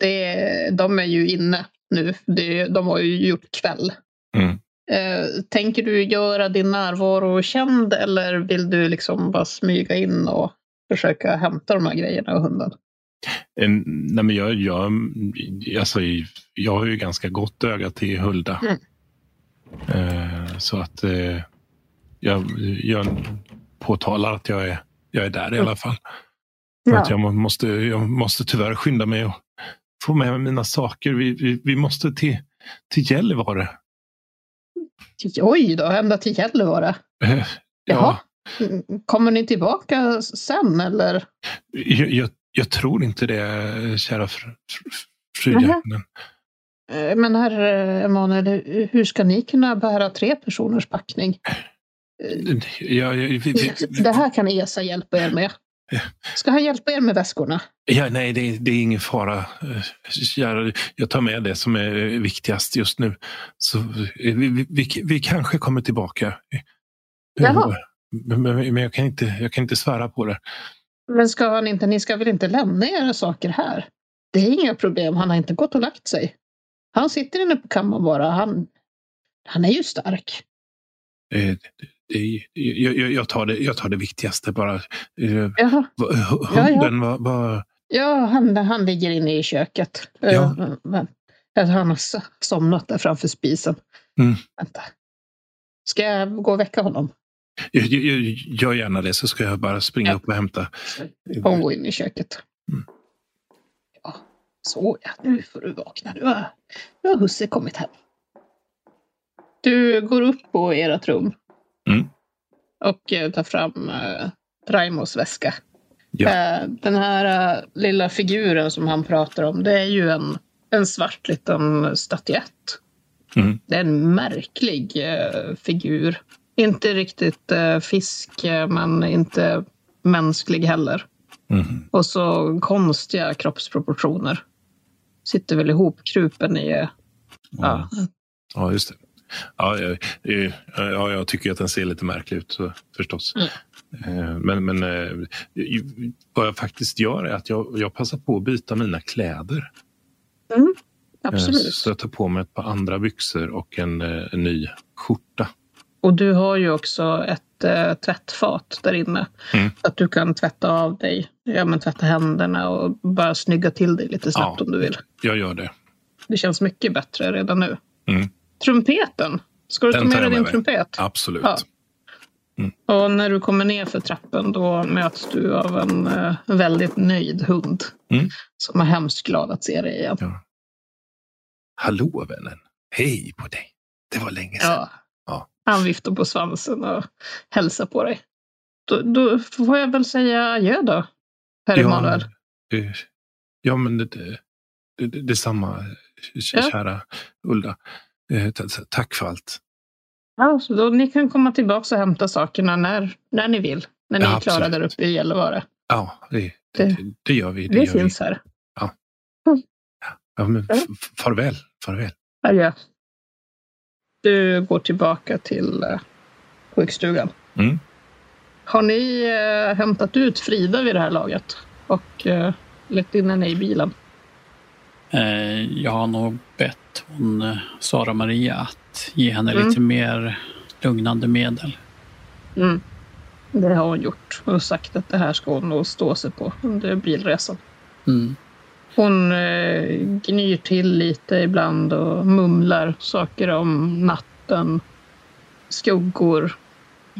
Det, de är ju inne nu. Det, de har ju gjort kväll.
Mm.
Eh, tänker du göra din närvaro känd eller vill du liksom bara smyga in och försöka hämta de här grejerna och hunden?
En, Eh, nej, men jag, jag, alltså, jag har ju ganska gott öga till Hulda.
Mm.
Eh, så att eh, jag, jag påtalar att jag är, jag är där i
Mm.
alla fall. För Att jag, må- måste, jag måste tyvärr skynda mig och få med mig mina saker. Vi, vi, vi måste till, till Gällivare.
Oj då, ända till Gällivare.
Eh,
Jaha. Mm, Kommer ni tillbaka sen eller?
jag, jag, jag tror inte det, kära fr, fr, fröken.
Eh, Men herr eh, Emanuel, hu- hur ska ni kunna bära tre personers packning? Eh,
Jag, jag, vi, vi,
Det här kan Esa hjälpa er med. Ska han hjälpa er med väskorna?
Ja, nej, det, det är ingen fara. Eh, kära. Jag tar med det som är eh, viktigast just nu. Så eh, vi, vi, vi, vi kanske kommer tillbaka. Eh,
Jaha.
Men, men, men jag, kan inte, jag kan inte svära på det.
Men ska han inte, ni ska väl inte lämna era saker här? Det är inga problem, han har inte gått och lagt sig. Han sitter inne på kammaren bara. Han, han är ju stark.
Eh, det- Det, jag, jag, jag, tar det jag tar det viktigaste bara. Eh,
Jaha.
vad- hu-
Ja, ja.
Hunden, vad... vad-
Ja, han, han ligger inne i köket.
Ja.
Eh, Men, alltså, han har s- somnat där framför spisen.
Mm.
Vänta. Ska jag gå och väcka honom?
jag- jag- jag- Gör gärna det så ska jag bara springa
Ja.
upp och hämta.
Hon går in i köket.
Mm.
Ja, så ja. Nu får du vakna. Nu har, nu har husse kommit hem. Du går upp på ert rum.
Mm.
Och eh, tar fram eh, Raimos väska.
Ja.
Eh, den här eh, lilla figuren som han pratar om, det är ju en, en svart liten statyett.
Mm.
Det är en märklig eh, figur. Inte riktigt eh, fisk, eh, men inte mänsklig heller.
Mhm.
Och så konstiga kroppsproportioner. Sitter väl ihop krupen i... eh, Ja.
Ja.
Ja, just det. Ja, jag, eh, ja, jag tycker att den ser lite märklig ut så- förstås.
Mm.
Eh, Men, men eh, ju- vad jag faktiskt gör är att jag, jag passar på att byta mina kläder. Eh,
Absolut.
Så jag tar på mig ett par andra byxor och en, eh, en ny skjorta.
Och du har ju också ett eh, tvättfat där inne.
Mm.
Så att du kan tvätta av dig, ja, men tvätta händerna och bara snygga till dig lite snabbt
Ja.
om du vill.
Jag gör det.
Det känns mycket bättre redan nu.
Mm.
Trumpeten! Ska du
Den
ta med
tar
dig
jag
din
med mig.
trumpet?
Absolut.
Ja.
Mm.
Och när du kommer ner för trappen då möts du av en eh, väldigt nöjd hund.
Mm.
Som är hemskt glad att se dig igen.
Hallå vännen. Hej på dig. Det var länge sedan.
Ja.
Ja.
Han viftar på svansen och hälsar på dig. Då, då får jag väl säga adjö då, Per
Ja,
Emanuel.
eh, Ja, men det, det, det, detsamma,
Ja.
ja. kära Ulla. Eh, ta- ta- Tack för allt.
Ja, så då, ni kan komma tillbaka och hämta sakerna när, när ni vill. När ni
Ja,
är klara
absolut.
där uppe i Gällivare.
Ja, det,
Det-
det, det gör vi.
Det,
Det gör vi.
finns här.
Ja, men f- f- farväl, farväl.
Adjö. Du går tillbaka till eh, sjukstugan.
Mm.
Har ni eh, hämtat ut Frida vid det här laget? Och eh, lagt in henne i bilen?
Eh, Jag har nog bett hon, eh, Sara Maria att ge henne
Mm.
lite mer lugnande medel.
Mm. Det har hon gjort och sagt att det här ska hon nog stå sig på under bilresan.
Mm.
Hon eh, gnyr till lite ibland och mumlar saker om natten, skuggor,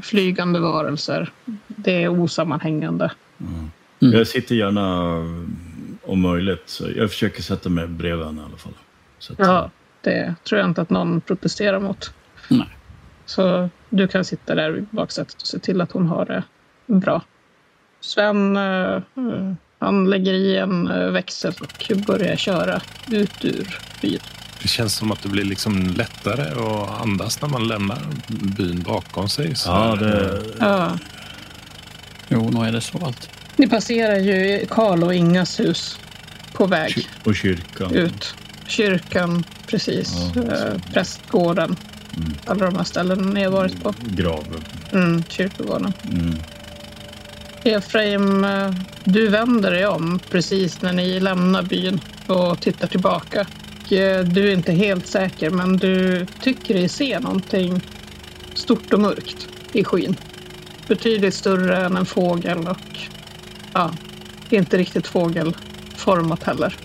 flygande varelser. Det är osammanhängande.
Mm.
Jag sitter gärna
eh,
om möjligt, så jag försöker sätta mig bredvid henne i alla fall. Så att,
Ja, det tror jag inte att någon protesterar mot.
Nej.
Så du kan sitta där i baksätet och se till att hon har det bra. Sven, eh, eh, han lägger i en eh, växel och börjar köra ut ur byn.
Det känns som att det blir liksom lättare att andas när man lämnar byn bakom sig. Så
Ja,
här,
det,
eh,
Ja.
Jo, nog är det så att
Ni passerar ju Karl och Ingas hus på väg
och kyrkan.
ut. Kyrkan, precis.
Ja, Mm.
eh, prästgården. Alla de här ställena ni har varit på.
Graven.
Mm, kyrkogården.
Mm.
Efraim, eh, du vänder dig om precis när ni lämnar byn och tittar tillbaka. Och, eh, Du är inte helt säker, men du tycker dig se någonting stort och mörkt i skyn. Betydligt större än en fågel och ja, inte riktigt fågelformat heller.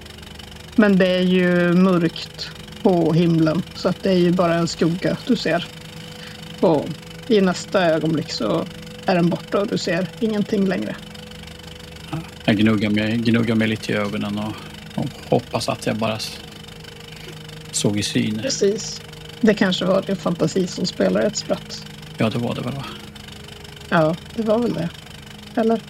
Men det är ju mörkt på himlen, så att det är ju bara en skugga du ser. Och i nästa ögonblick så är den borta och du ser ingenting längre.
jag gnuggar mig, gnuggar mig lite i ögonen och, och hoppas att jag bara s- såg i syn.
Precis. Det kanske var din fantasi som spelade ett spratt.
Ja, det var det väl va?
Ja, det var väl det. Eller?